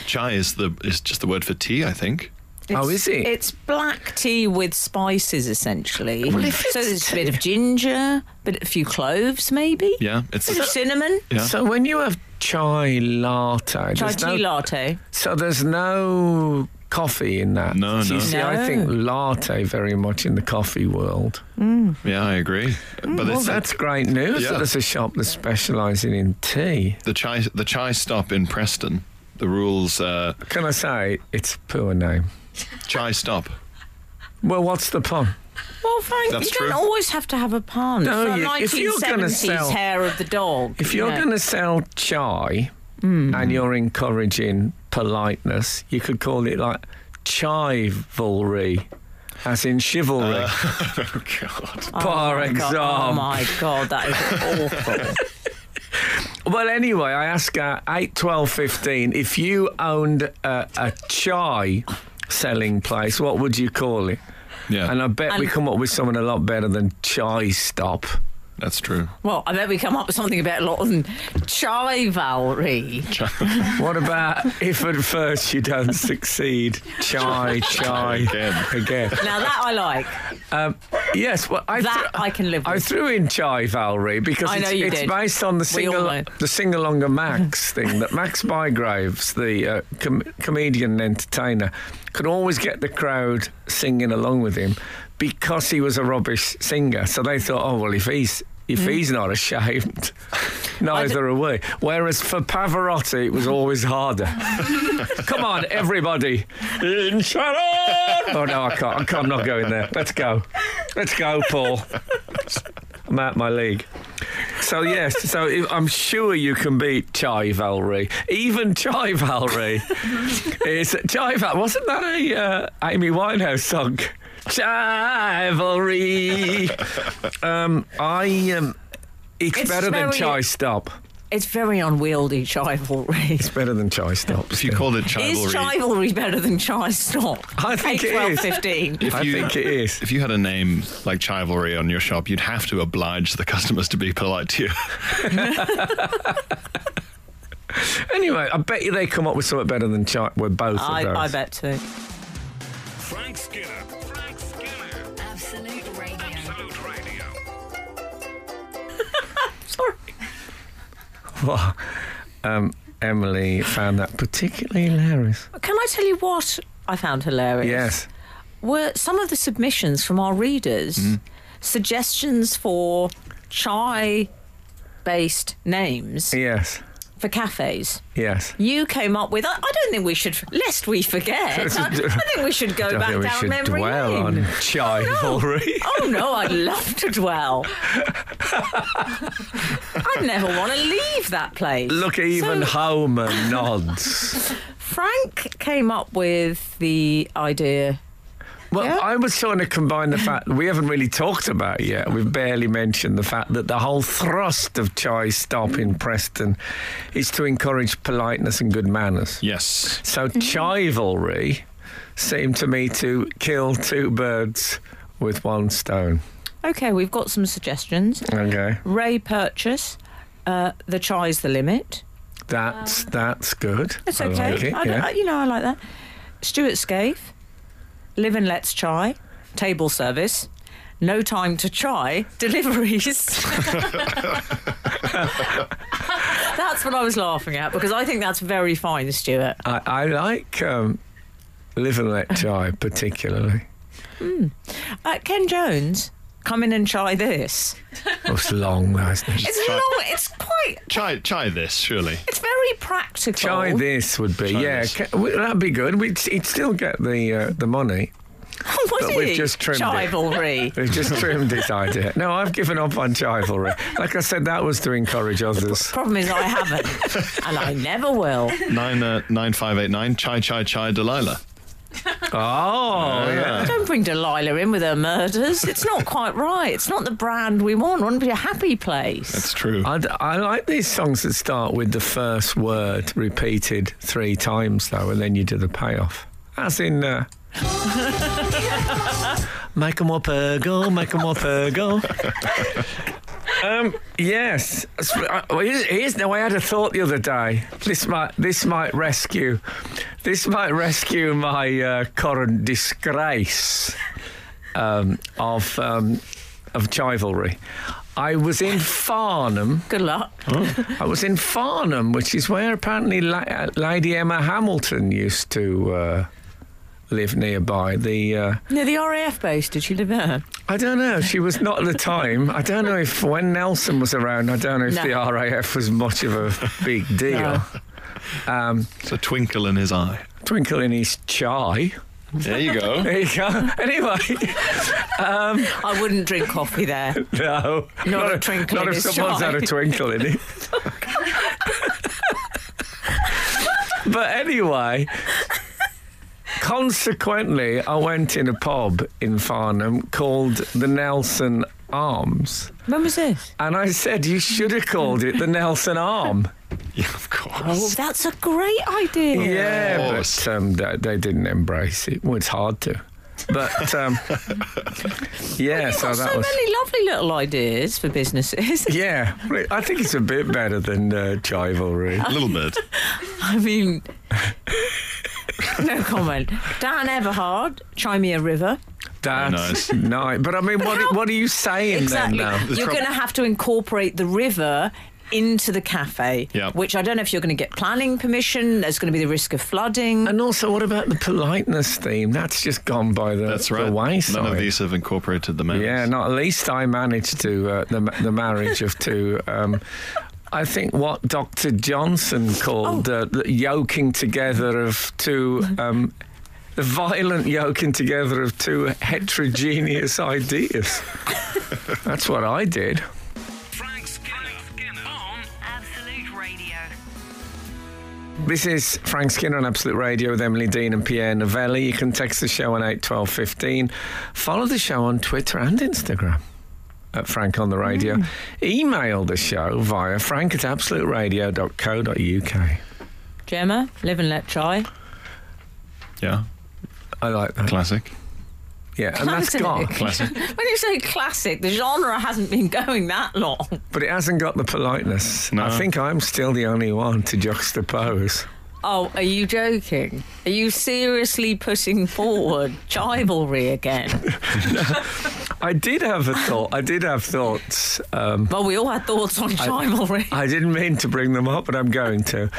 Chai is the is just the word for tea, I think.
Oh, is
It's-
it?
It's black tea with spices, essentially.
if
so
it's
there's a
tea-
bit of ginger, but a few cloves, maybe.
Yeah, it's
bit of cinnamon.
yeah.
So when you have chai latte,
Chai
there's
tea
no-
latte.
So there's no coffee in that.
No,
You
no.
see, I
No.
think latte very much in the coffee world.
yeah, I agree. But
Well,
it's,
that's great news. that
Yeah.
There's a shop that's specialising in tea.
the chai the chai stop in Preston. The rules uh,
Can I say it's a poor name?
chai stop.
Well, what's the pun?
Well, Frank,
That's
you
true.
don't always have to have a pun.
No,
It's not
you- if you're gonna
1970s
sell-
hair of the dog.
If you're
you know.
going to sell chai
Hmm.
and you're encouraging politeness, you could call it like chivalry as in chivalry.
oh God.
Par
my God.
exam.
Oh my god, that is awful.
Well, anyway, I ask at 8, 12, 15 if you owned a, a chai selling place, what would you call it?
Yeah.
And I bet we
And-
come up with something a lot better than chai stop.
That's true.
well, I bet we come up with something a bit lot than chivalry.
What about if at first you don't succeed? Chai, chai.
Again.
Again.
Now that I like.
Yes, well, I,
That I can live
I
with.
threw in Chai Valerie because
I
it's,
know you
it's
did.
based on the
We all
single
know.
the singalonga Max thing that Max Bygraves, the uh, com- comedian and entertainer, could always get the crowd singing along with him because he was a rubbish singer. So they thought, oh well, if he's if
Mm.
he's not ashamed, neither are we. Whereas for Pavarotti, it was always harder. Come on, everybody. In Sharon! Oh, no, I can't. I can't. I'm not going there. Let's go. Let's go, Paul. I'm out my league. So, yes, so if- I'm sure you can beat Chai Valerie. Even Chai Valerie is. Chai Val- Wasn't that a uh, Amy Winehouse song? Chivalry. um, I. Um, it's,
It's
better than
very-
Chai Stop.
It's very unwieldy chivalry.
It's better than Chai Stop.
If you
still.
called it chivalry,
Is chivalry better than chai stock?
I think
8,
it
12,
is.
15.
if
I
you,
think it is.
If you had a name like chivalry on your shop, you'd have to oblige the customers to be polite to you.
Anyway, I bet you they come up with something better than Chai. We're both
I,
of those.
I bet too.
Frank Skinner. Frank Skinner.
Absolute Radio.
Absolute Radio.
Sorry.
Well, um, Emily found that particularly hilarious.
Can I tell you what I found hilarious?
Yes.
Were some of the submissions from our readers
Mm-hmm.
suggestions for chai based names
Yes.
for cafes?
Yes.
You came up with, I, I don't think we should, lest we forget, I, I think we should go
Don't
back
think we
down
should
memory
dwell
lane.
on Chai Valerie.
Oh no, I'd love to dwell. I'd never want to leave that place.
Look, even
So-
Homer nods.
Frank came up with the idea.
Well,
Yeah.
I was trying to combine the fact we haven't really talked about it yet. We've barely mentioned the fact that the whole thrust of Chai Stop in Preston is to encourage politeness and good manners.
yes.
So
Mm-hmm.
chivalry seemed to me to kill two birds with one stone.
Okay, we've got some suggestions.
Okay,
Ray Purchase, uh, The Chie's the Limit.
that's that's good.
That's
I
okay.
like it,
I don't-
Oh, yeah.
I- you know, I like that. Stuart Scaife, Live and Let's Chai, Table Service. No time to chai deliveries. that's what I was laughing at because I think that's very fine, Stuart.
I, I like um, live and let die particularly.
Uh, Ken Jones, come in and chai this.
Well, It's long, though, isn't it?
It's
Chai-
long. It's quite.
Chai, chai this, surely.
It's very practical.
Try this would be
Try
yeah.
this.
ca- w- that'd be good. We'd he'd still get the uh, the money.
What
but
is
we've
it?
just trimmed it.
Chivalry.
We've just trimmed this idea. No, I've given up on chivalry. Like I said, that was to encourage others.
Problem is, I haven't, and I never will.
Nine uh, nine five eight nine. Chai chai chai Delilah.
Oh, yeah.
Don't bring Delilah in with her murders. It's not quite right. It's not the brand we want. We want to be a happy place.
That's true.
I, d- I like these songs that start with the first word repeated three times, though, and then you do the payoff. As in, uh, make 'em up a go, make 'em up a go. Um, yes. That's- I- well, Here's, here's now. I had a thought the other day. This might this might rescue, this might rescue my uh, current disgrace um, of um, of chivalry. I was in Farnham.
Good luck.
I was in Farnham, which is where apparently La- uh, Lady Emma Hamilton used to uh, live nearby. The uh,
No, the RAF base. Did she live there?
I don't know. She was not at the time. I don't know if when Nelson was around. I don't know if
No.
the RAF was much of a big deal. Um,
It's a twinkle in his eye.
twinkle in his chai.
There you go.
There you go. Anyway,
I wouldn't drink coffee there.
no, not,
a
if-
twinkle
Not
in
if
his
someone's
chai.
had a twinkle in it. but anyway. consequently, I went in a pub in Farnham called the Nelson Arms.
When was this?
And I said, You should have called it the Nelson Arm.
Yeah, of course.
Oh, that's a great idea.
Yeah,
course.
but um, they, they didn't embrace it. Well, it's hard to. But um, yeah,
You've
so
got
that
so
was.
many lovely little ideas for businesses.
Yeah, well, I think it's a bit better than uh, chivalry.
A little bit.
I mean, no comment. Dan Everhard, Chimea River.
That's
Nice.
nice. But I mean, what,
how-
what are you saying
Exactly.
then um, now?
You're
prob-
going to have to incorporate the river into the cafe,
Yeah.
which I don't know if you're going to get planning permission. There's going to be the risk of flooding.
And also, what about the politeness theme? That's just gone by the,
That's
the
right.
wayside.
None of these have incorporated the manners.
Yeah, not at least I managed to uh, the ma- the marriage of two. Um, I think what Dr. Johnson called
Oh.
uh, the yoking together of two. Um, the violent yoking together of two heterogeneous ideas. That's what I did.
Frank Skinner, on
Absolute Radio.
This is Frank Skinner on Absolute Radio with Emily Dean and Pierre Novelli. You can text the show on 81215. Follow the show on Twitter and Instagram at Frank on the Radio. Email the show via frank at absoluteradio.co.uk.
Gemma, live and let try.
Yeah.
I like that.
Classic.
Yeah, and that's
Classic.
gone.
Classic.
When you say classic, the genre hasn't been going that long.
But it hasn't got the politeness.
No.
I think I'm still the only one to juxtapose.
Oh, are you joking? Are you seriously putting forward chivalry again?
I did have a thought. I did have thoughts. Um,
Well, we all had thoughts on chivalry.
I didn't mean to bring them up, but I'm going to.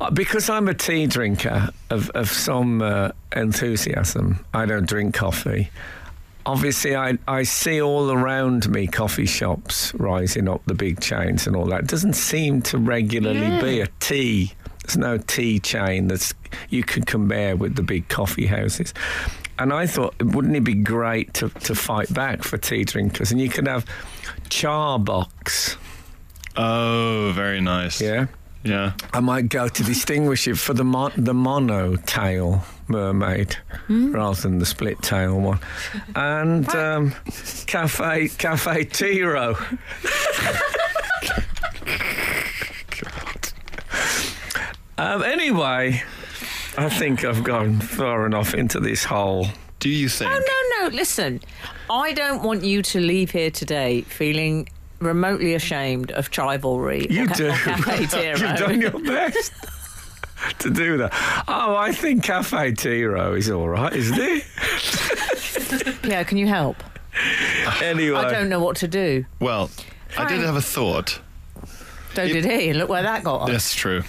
Uh, Because I'm a tea drinker of, of some uh, enthusiasm, I don't drink coffee. Obviously, I, I see all around me coffee shops rising up the big chains and all that. doesn't seem to regularly be a tea. There's no tea chain that's you could compare with the big coffee houses. And I thought, wouldn't it be great to, to fight back for tea drinkers? And you could have Charbox,
Oh, very nice.
yeah?
Yeah.
I might go to distinguish it for the mon- the mono tail mermaid
Hmm?
rather than the split tail one, and um, cafe cafe tiro. um, anyway, I think I've gone far enough into this hole.
Do you think?
Oh, No, no, listen. I don't want you to leave here today feeling remotely ashamed of chivalry.
You
or ca-
do.
or Cafe Tiro.
You've done your best. To do that. Oh, I think Cafe Tiro is all right, isn't it?
Yeah, can you help?
Anyway.
I don't know what to do.
Well, I did
Frank.
have a thought.
So
You-
did he. Look where that got us.
That's true.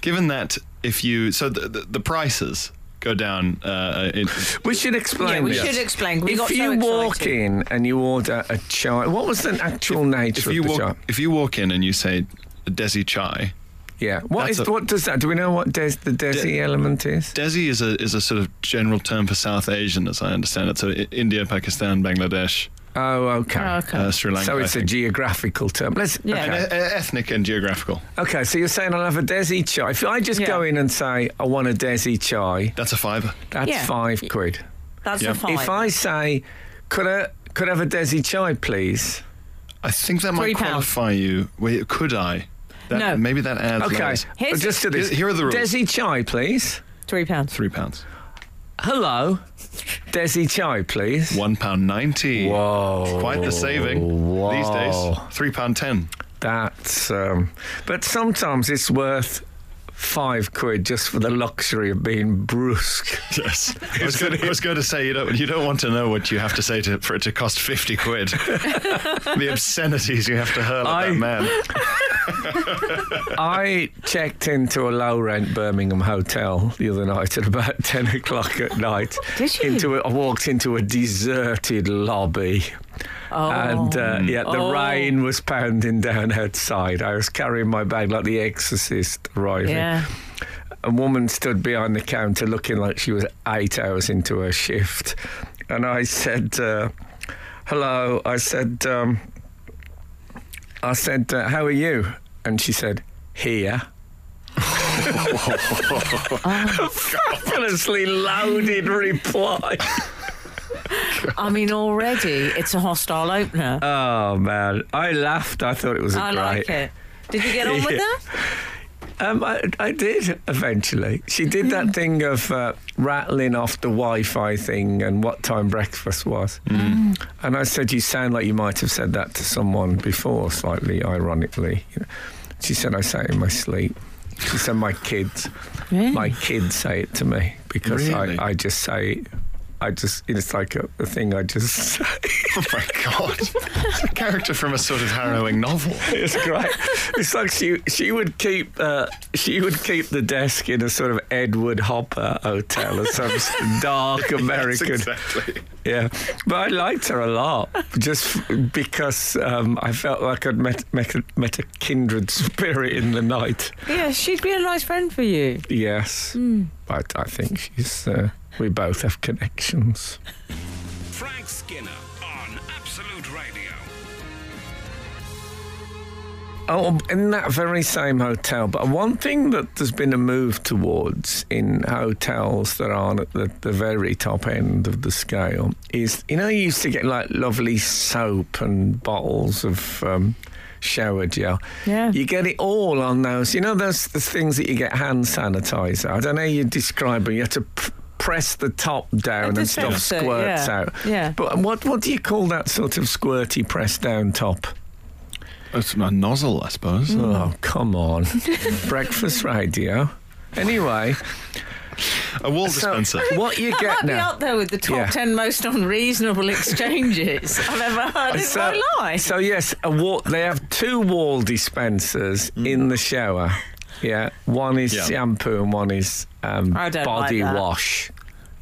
Given that if you so the, the, the prices go down uh, in,
We should explain.
Yeah, we
this.
should explain. We
if
got so
you walk
excited.
in and you order a chai, what was the actual nature
if you
of the
walk
chai?
if you walk in and you say desi chai
Yeah. What
That's
is
a-
what does that? Do we know what des, the desi
De-
element is?
desi is a is a sort of general term for south asian as i understand it so I- india pakistan bangladesh
Oh, okay.
Oh, okay.
uh, sri lanka
So
I
it's a
think.
geographical term. Let's.
Yeah.
And,
Okay.
uh, ethnic and geographical
okay. So you're saying I'll have a desi chai. If I just
Yeah.
go in and say I want a desi chai,
that's a fiver
that's
Yeah.
five quid.
That's
Yeah.
a fine.
If I say, could I could I have a desi chai, please?
i think that
Three
might
pounds.
qualify you Wait, could i that,
No.
maybe that adds
Okay.
layers.
Here's-
just to this.
Here- here are the rules.
Desi chai, please.
Three pounds.
three pounds
Hello, desi chai, please.
one pound ninety
Whoa.
quite the saving these days
Whoa.
three pound ten
That's. Um, but sometimes it's worth five quid just for the luxury of being brusque.
Yes, I was, going, I was going to say you don't you don't want to know what you have to say to, for it to cost fifty quid. the obscenities you have to hurl at
I-
that man.
I checked into a low rent Birmingham hotel the other night at about 10 o'clock at night.
Did you?
Into a, I walked into a deserted lobby.
Oh.
And uh, yeah, the
Oh.
rain was pounding down outside. I was carrying my bag like the exorcist arriving.
yeah.
a woman stood behind the counter looking like she was eight hours into her shift. And I said, uh, Hello. I said, um, I said, uh, How are you? And she said, Here. Fabulously loaded reply.
I mean, already it's a hostile opener.
Oh man, I laughed. I thought it was a
I
great.
like it. Did you get on with
Yeah.
that?
Um, I, I did eventually. She did that thing of uh, rattling off the Wi-Fi thing and what time breakfast was. Mm. And I said, "You sound like you might have said that to someone before," slightly ironically. You know. She said, "I say it in my sleep." She said, "My kids, my kids say it to me because
Really?
I, I just say." it. I just, it's like a, a thing I just say.
Oh my god! It's a character from a sort of harrowing novel.
It's great. It's like she she would keep uh, she would keep the desk in a sort of Edward Hopper hotel or some s- dark American.
Yes, exactly.
Yeah, but I liked her a lot just f- because um, I felt like I'd met, met, a- met a kindred spirit in the night.
Yeah, she'd be a nice friend for you.
Yes, but I think she's. Uh, we both have connections.
Frank Skinner on Absolute Radio.
Oh, in that very same hotel. But one thing that there's been a move towards in hotels that aren't at the, the very top end of the scale is, you know, you used to get like lovely soap and bottles of um, shower gel.
Yeah.
You get it all on those. You know, those the things that you get hand sanitizer. I don't know how you describe it. You have to. Pr- Press the top down and stuff
dispenser,
squirts
yeah,
out.
yeah.
But what what do you call that sort of squirty press down top?
It's a nozzle, I suppose.
Oh, come on. Breakfast radio. Anyway,
A wall
so
dispenser.
what you
That
get
might be
now.
up there with the top
Yeah.
10 most unreasonable exchanges I've ever heard in
So,
my life.
so yes, a wall, they have two wall dispensers
Mm.
in the shower. Yeah, one is
Yeah.
shampoo and one is um,
I don't like
body
that.
wash.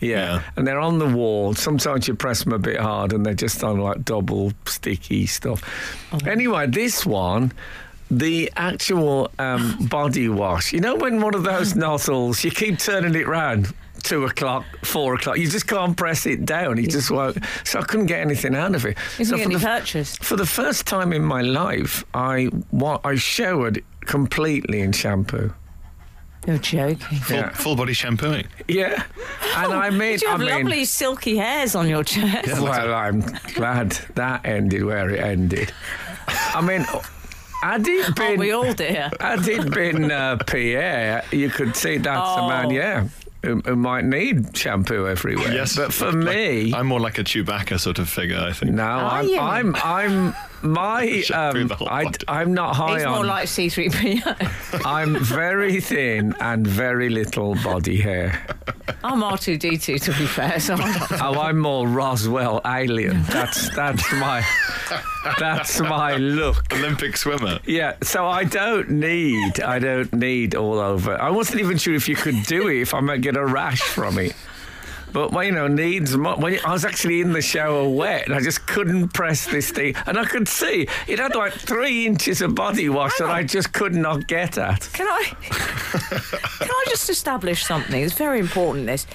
Yeah.
Yeah.
and they're on the wall. Sometimes you press them a bit hard, and they're just on like double sticky stuff.
Oh.
Anyway, this one. The actual um, body wash. You know when one of those nozzles, you keep turning it round, two o'clock, four o'clock, you just can't press it down. You just won't. So I couldn't get anything out of it.
Isn't
so
it
for
any
the-
purchase?
for the first time in my life, I wa- I showered completely in shampoo.
You're joking.
Full,
yeah.
full body shampooing.
Yeah, and I mean,
Did you
I
have
mean,
lovely silky hairs on your chest?
well, I'm glad that ended where it ended. I mean, had it
Aren't we
been,
all, dear?
had it been uh, Pierre, you could see that's a man,
Oh.
yeah, who, who might need shampoo everywhere.
Yes,
but for
like-
me,
I'm more like a Chewbacca sort of figure. I think.
no, I'm,
you?
I'm, I'm, my,
Shampoo
um,
the whole
I,
body.
I'm not high
He's
on.
more like C3PO.
I'm very thin and very little body hair.
I'm R2D2, to be fair, so I'm not.
Oh, I'm more Roswell alien. That's that's my that's my look.
Olympic swimmer.
Yeah, so I don't need I don't need all over. I wasn't even sure if you could do it if I might get a rash from it. But well, you know, needs. mu- When I was actually in the shower wet, and I just couldn't press this thing, and I could see it had like three inches of body wash that I just could not get at.
Can I Can I just establish something? It's very important this.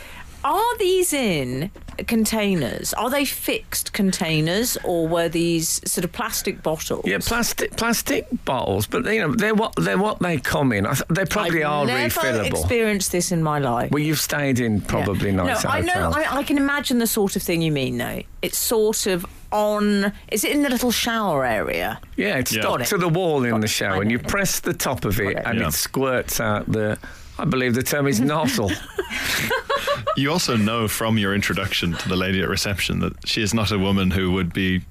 Are these in containers? Are they fixed containers or were these sort of plastic bottles?
Yeah, plastic plastic bottles, but you know they're what they're what they come in. I th- They probably
I've
are
never
refillable.
experienced this in my life.
well, you've stayed in probably
Yeah.
nice
No, I know.
hotels.
I, I can imagine the sort of thing you mean, though. It's sort of on. Is it in the little shower area?
yeah, it's
Yeah.
stuck
Got it.
to the wall in the shower,
I
and you
know.
press the top of it,
Got it.
and
Yeah.
it squirts out the. I believe the term is nozzle.
You also know from your introduction to the lady at reception that she is not a woman who would be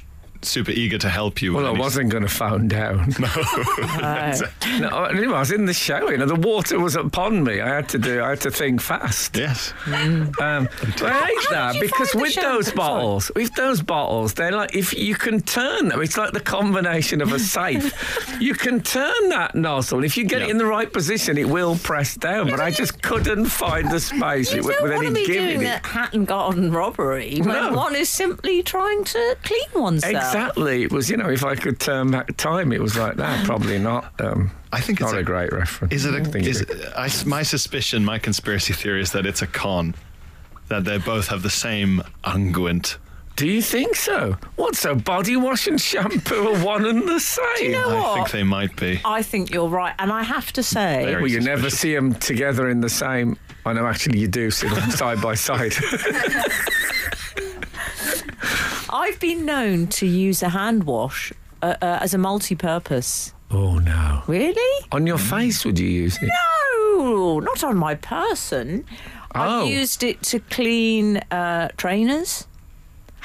super eager to help you. with
well, I
any-
wasn't going to phone down.
Uh,
No, I- anyway, I was in the shower. You know, the water was upon me. I had to do. I had to think fast.
Yes.
Um, I hate that
you
because
find the
with
shampoo?
those
Sorry.
bottles, with those bottles, they're like if you can turn them, it's like the combination of a safe. you can turn that nozzle if you get it
Yeah.
in the right position, it will press down. But I just couldn't find the space
You
it,
don't
with
want to
any
be doing
giving
the
it.
Hatton Garden robbery when
No.
one is simply trying to clean oneself.
Exactly. It was, you know, if I could turn back time, it was like that. Probably not. Um,
I think
not
it's
a,
a-
great reference.
Is it? A,
Thank
is
you.
I, my suspicion, my conspiracy theory is that it's a con, that they both have the same unguent
Do you think so? What, so body wash and shampoo are one and the same?
know
I
what?
think they might be.
I think you're right, and I have to say,
Very
well, you never
suspicious.
see them together in the same. I know, actually, you do see them side by side.
I've been known to use a hand wash uh, uh, as a multi-purpose.
Oh, no.
Really?
On your face, would you use it?
No, not on my person.
Oh.
I've used it to clean uh, trainers,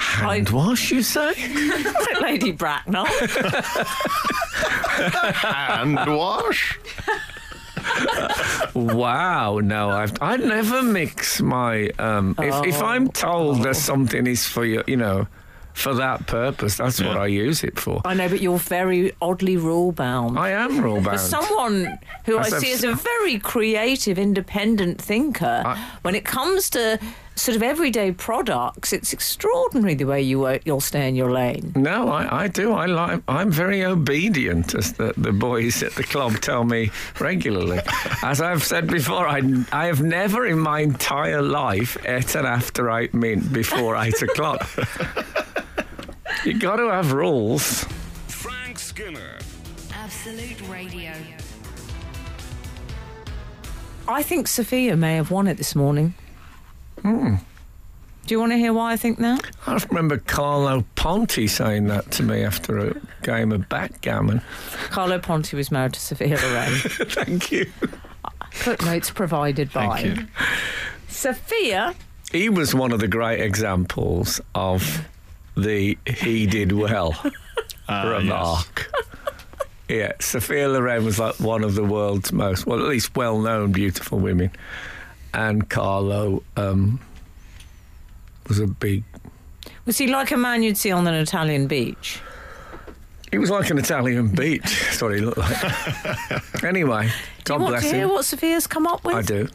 Hand wash, you say?
like Lady Bracknell.
Hand wash?
wow, no, I've, I never mix my. Um, if,
Oh.
if I'm told that something is for your, you know, for that purpose, that's what
Yeah.
I use it for.
I know, but you're very oddly rule bound.
I am rule bound.
For someone who I
As I've
see as
s-
a very creative, independent thinker,
I-
when it comes to sort of everyday products, it's extraordinary the way you uh, you'll stay in your lane.
No, I, I do. I like. I'm very obedient, as the, the boys at the club tell me regularly. As I've said before, I I have never in my entire life eaten after eight mint before eight o'clock. You got to have rules.
Frank Skinner.
Absolute Radio.
I think Sophia may have won it this morning.
Hmm.
Do you want to hear why I think that?
I remember Carlo Ponti saying that to me after a game of backgammon.
Carlo Ponti was married to Sophia Loren.
Thank you.
Footnotes provided by
Thank you.
Sophia.
He was one of the great examples of the he did well.
Ah, yes.
remark. Uh, yeah, Sophia Loren was like one of the world's most, well, at least well known beautiful women. And Carlo um, was a big.
Was he like a man you'd see on an Italian beach?
He was like an Italian beach. That's what he looked like. anyway,
Do
God
you want
bless
to hear
him.
what Sophia's come up with?
I do.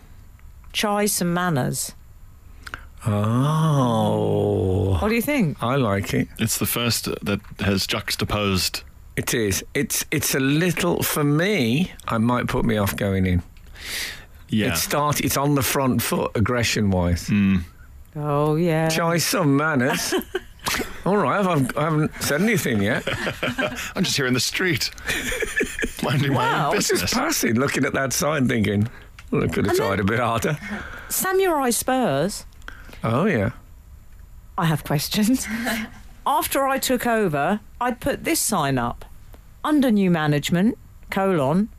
Choice and manners.
Oh,
What do you think?
I like it.
It's the first that has juxtaposed.
It is. It's. It's a little for me. I might put me off going in.
Yeah.
It start. It's on the front foot aggression wise.
Oh yeah.
Try some manners. All right, I haven't, I haven't said anything yet.
I'm just here in the street, minding my
Wow.
own
This
business.
Just passing, looking at that sign, thinking, well, I could have tried a bit harder.
Samurai Spurs.
Oh, yeah.
I have questions. After I took over, I put this sign up under new management colon.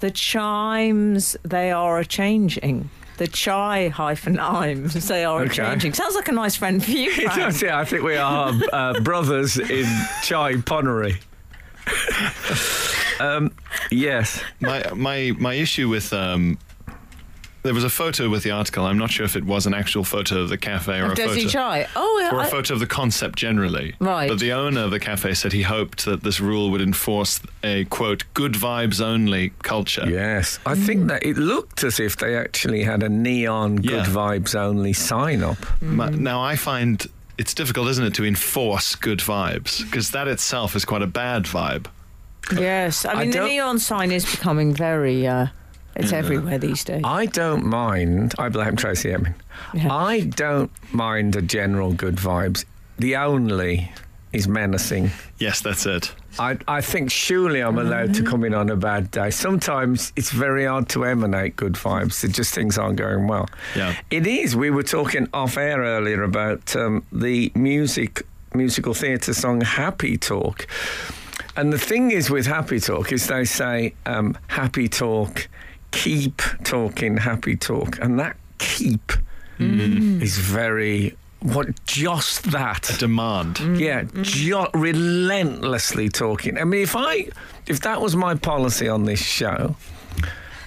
The chimes they are a changing. The chai hyphen imes they are
Okay.
a changing. Sounds like a nice friend for you.
It
Frank.
does, yeah. I think we are uh, brothers in chai ponery. um, yes.
my my my issue with um there was a photo with the article. I'm not sure if it was an actual photo of the cafe or a
Desi
photo
chai. Oh, yeah,
or a
I-
photo of the concept generally.
Right.
But the owner of the cafe said he hoped that this rule would enforce a quote good vibes only culture.
Yes. I think that it looked as if they actually had a neon good
Yeah.
vibes only sign up.
Ma-
Mm-hmm.
Now I find it's difficult, isn't it, to enforce good vibes because that itself is quite a bad vibe.
yes. I mean, the
don't-
neon sign is becoming very. Uh, it's everywhere these days.
I don't mind. I blame Tracy Emin.
Yeah.
I don't mind the general good vibes. The only is menacing.
Yes, that's it.
I, I think surely I'm allowed to come in on a bad day. Sometimes it's very hard to emanate good vibes. It just things aren't going well.
Yeah.
It is. We were talking off air earlier about um, the music musical theatre song Happy Talk. And the thing is with Happy Talk is they say um, Happy Talk, keep talking Happy Talk. And that keep is very, what, just that.
Demand.
Mm.
Yeah, jo- relentlessly talking. I mean, if I if that was my policy on this show,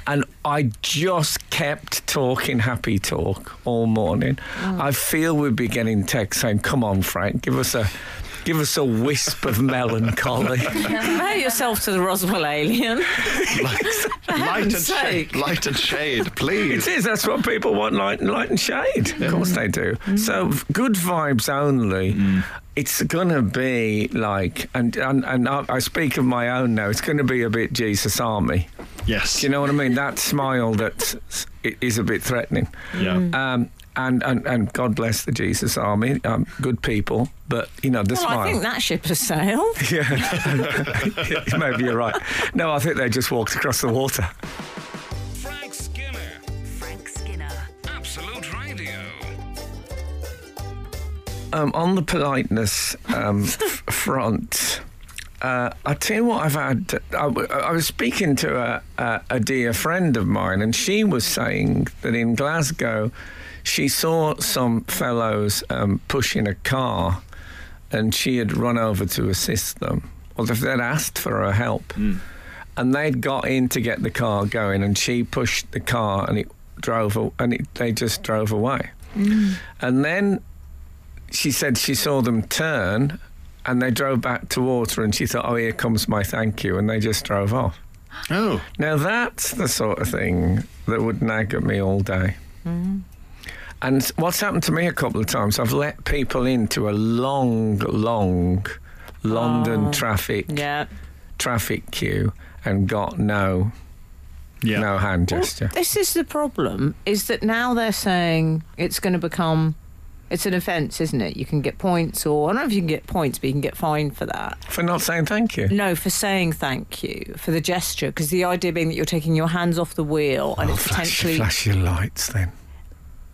and I just kept talking happy talk all morning, I feel we'd be getting texts saying, "Come on, Frank, give us a." Give us a wisp of melancholy.
Compare yourself to the Roswell alien.
Light, light and
heaven's sake.
shade. Light and shade,
it
please.
is. That's what people want: light, light and shade. Of course they do. So v- good vibes only. It's gonna be like, and and, and I, I speak of my own now. It's gonna be a bit Jesus Army.
Yes.
Do you know what I mean? That smile that is a bit threatening.
Mm.
Yeah.
Um, and, and, and God bless the Jesus Army, um, good people. But you know, the
Well,
smile.
I think that ship has sailed.
yeah, maybe you're right. No, I think they just walked across the water.
Frank Skinner.
Frank Skinner.
Absolute Radio.
Um, on the politeness um, f- front, uh, I tell you what I've had. I, w- I was speaking to a, a, a dear friend of mine, and she was saying that in Glasgow, she saw some fellows um, pushing a car, and she had run over to assist them. Well, if they'd asked for her help, and they'd got in to get the car going, and she pushed the car, and it drove, a- and it, they just drove away. And then she said she saw them turn and they drove back towards her and she thought, oh, here comes my thank you. And they just drove off.
Oh,
Now, that's the sort of thing that would nag at me all day.
Mm.
And what's happened to me a couple of times, I've let people into a long, long London traffic
Oh, Yeah.
traffic queue and got no
yeah.
no hand
Well,
gesture.
this is the problem: is that now they're saying it's going to become. It's an offence, isn't it? You can get points, or I don't know if you can get points, but you can get fined for that.
For not saying thank you.
No, for saying thank you, for the gesture, because the idea being that you're taking your hands off the wheel and
Oh,
it's
flash,
potentially,
flash your lights then.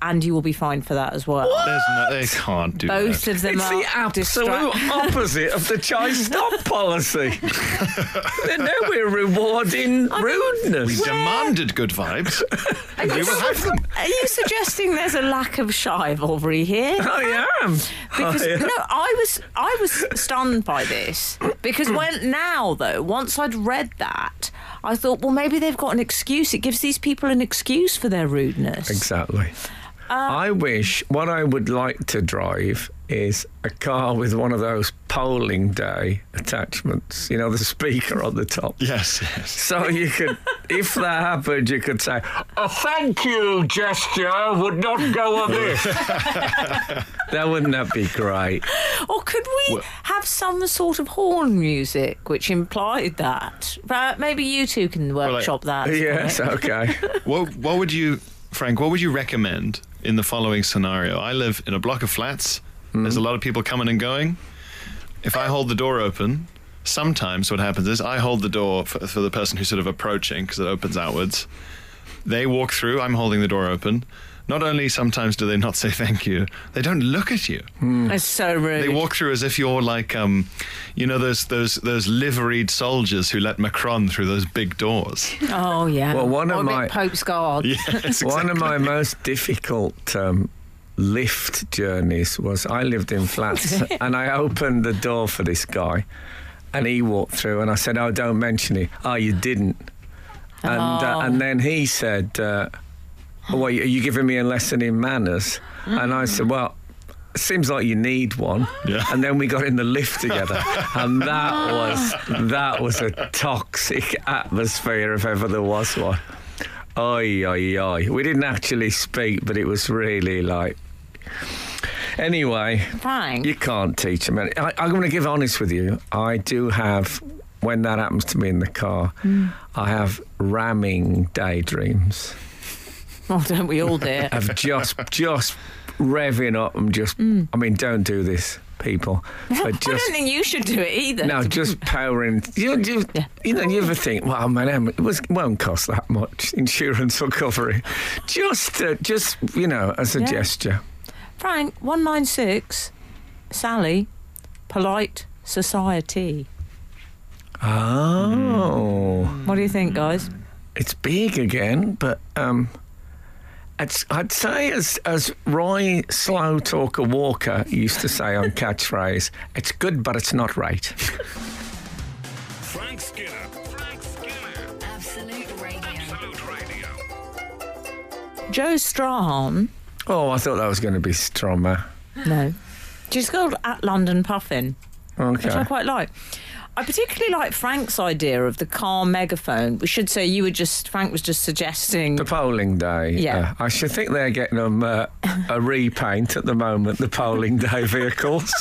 and you will be fined for that as well.
There's no, they can't do
Both
that.
of them
It's
are
the absolute
distract-
opposite of the child stop policy. no, we're
we
rewarding rudeness.
demanded good vibes. and we will have them.
Are you suggesting there's a lack of chivalry here?
I am.
Because
I am.
no, I was I was stunned by this because
Hmm.
when now though, once I'd read that, I thought, well, maybe they've got an excuse. It gives these people an excuse for their rudeness.
Exactly. I wish what I would like to drive is a car with one of those polling day attachments, you know, the speaker on the top.
Yes, yes.
So you could, if that happened, you could say, a thank you gesture would not go amiss. that wouldn't that be great?
Or could we have some sort of horn music which implied that? But maybe you two can workshop that.
Yes, okay.
What, what would you, Frank, what would you recommend in the following scenario? I live in a block of flats. There's a lot of people coming and going. If I hold the door open, sometimes what happens is I hold the door for, for the person who's sort of approaching because it opens outwards. They walk through, I'm holding the door open. Not only sometimes do they not say thank you, they don't look at you.
It's so rude.
They walk through as if you're like, um, you know, those those those liveried soldiers who let Macron through those big doors.
oh yeah.
Well, one of
Or a bit
my-
Pope's guards.
Yes,
One of my most difficult um, lift journeys was I lived in flats and I opened the door for this guy and he walked through and I said, Oh, don't mention it. Oh, you didn't. And, uh,
Oh.
and then he said, uh, oh, Well, are you giving me a lesson in manners? And I said, Well, Seems like you need one,
Yeah.
and then we got in the lift together, and that was that was a toxic atmosphere if ever there was one. Oi, oi, oi. We didn't actually speak, but it was really like. Anyway,
Frank.
you can't teach them. any- I, I'm going to give honest with you. I do have, when that happens to me in the car,
Mm.
I have ramming daydreams
Oh, don't we all, dear?
of just, just revving up and just, I mean, don't do this, people. But
Mm. I
just
don't think you should do it either.
no, just powering. You, you,
Yeah.
you know, you ever think, well, man, um, it was, won't cost that much. Insurance will cover it. Just, uh, just you know, as a
Yeah.
gesture.
Frank, 196, Sally, polite society.
Oh,
What do you think, guys?
Mm. it's big again, but um, it's, I'd say, as as Roy Slow Talker Walker used to say on catchphrase, it's good, but it's not right.
Frank Skinner. Frank Skinner.
Absolute Radio.
Absolute Radio.
Joe Strahan.
Oh, I thought that was going to be Strummer.
No. She's called At London Puffin, which I
Okay.
quite like. I particularly like Frank's idea of the car megaphone. We should say you were just, Frank was just suggesting.
The polling day.
Yeah.
Uh, I should think they're getting them uh, a repaint at the moment, the polling day vehicles.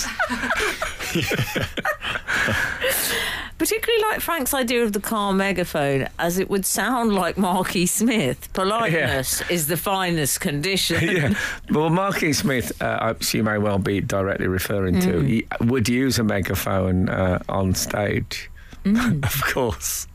particularly really like Frank's idea of the car megaphone, as it would sound like Marky Smith. Politeness is the finest condition.
yeah. Well, Marky Smith, uh, I- she may well be directly referring
Mm.
to, he uh, would use a megaphone uh, on stage.
Mm.
of course.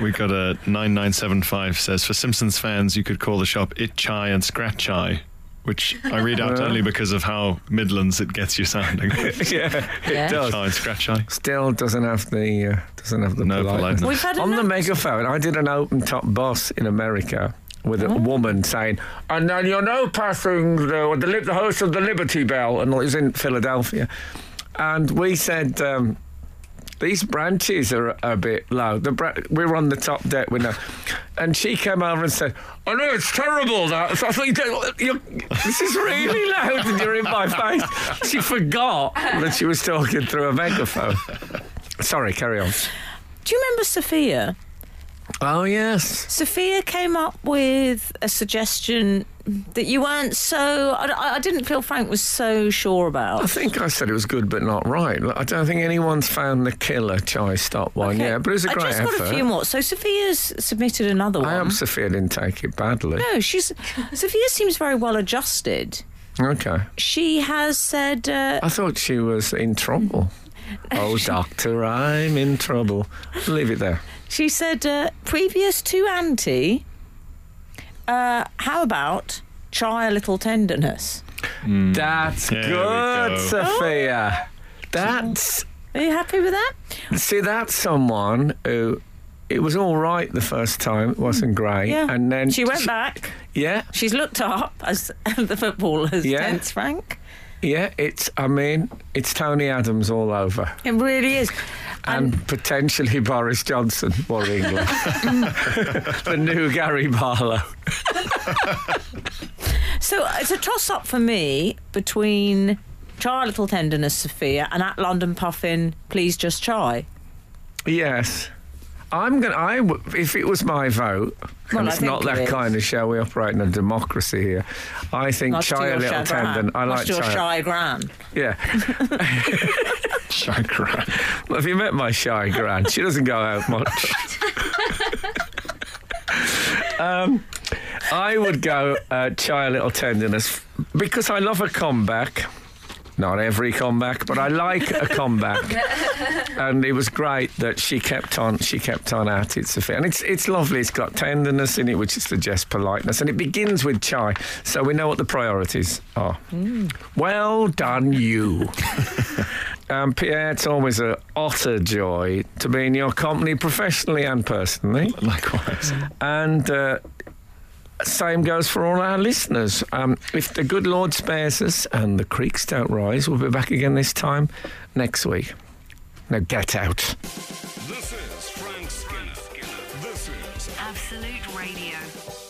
We got a 9975 says for Simpsons fans, you could call the shop It Chai and Scratch Chai, which I read out only because of how Midlands it gets you sounding. It
yeah, it
Yeah.
does.
Chai and Scratch Chai.
Still doesn't have the uh, doesn't have the
No
politeness.
politeness.
We've had
on the
enough-
megaphone, I did an open top boss in America with a woman saying, and then you're now passing the, the, lib- the host of the Liberty Bell, and it was in Philadelphia. And we said, um, these branches are a bit low. The bra- we were on the top deck window. And she came over and said, I know it's terrible that. So I thought, you you this is really loud and you're in my face. She forgot that she was talking through a megaphone. Sorry, carry on.
Do you remember Sophia?
Oh, yes.
Sophia came up with a suggestion that you weren't so. I, I didn't feel Frank was so sure
I
about.
think I said it was good, but not right. Like, I don't think anyone's found the killer chai stop one.
Okay.
Yeah, but it was a great
I just
effort.
got a few more. So Sophia's submitted another one.
I hope Sophia didn't take it badly.
no, she's Sophia seems very well adjusted.
Okay.
She has said uh,
I thought she was in trouble. oh, doctor, I'm in trouble. Leave it there.
She said, uh, previous to Auntie, uh, how about try a little tenderness?
Mm.
That's
There we
good,
go.
Sophia. That's
Are you happy with that?
see, that's someone who it was all right the first time. It wasn't great,
Yeah.
and then
she went back.
Yeah,
She's looked up as the footballers
Yeah.
tense, Frank.
yeah. It's I mean, it's Tony Adams all over.
It really is. Um,
and potentially Boris Johnson for England. the new Gary Barlow. Um,
So uh, it's a toss up for me between try a little tenderness, Sophia, and at London Puffin, please just try.
Yes. I'm going to, I, w- if it was my vote,
Well,
and
I
it's
think
not
it
that
is.
kind of show, we operate in a democracy here. I think
Nod to
Chai a
your
Little
shy gran.
Tendon. I
Nod
like
to your
Chai.
shy gran.
Yeah.
Chai Gran.
Well, have you met my Shy Gran? She doesn't go out much. um, I would go uh, Chai a Little Tenderness because I love a comeback. Not every comeback, but I like a comeback. and it was great that she kept on she kept on at it Sophia. and it's it's lovely it's got tenderness in it which suggests politeness and it begins with chai so we know what the priorities are well done you um, Pierre it's always a utter joy to be in your company professionally and personally
Likewise.
and uh, same goes for all our listeners. Um, if the good Lord spares us and the creeks don't rise, we'll be back again this time next week. Now get out.
This is Frank Skinner. This is
Absolute Radio.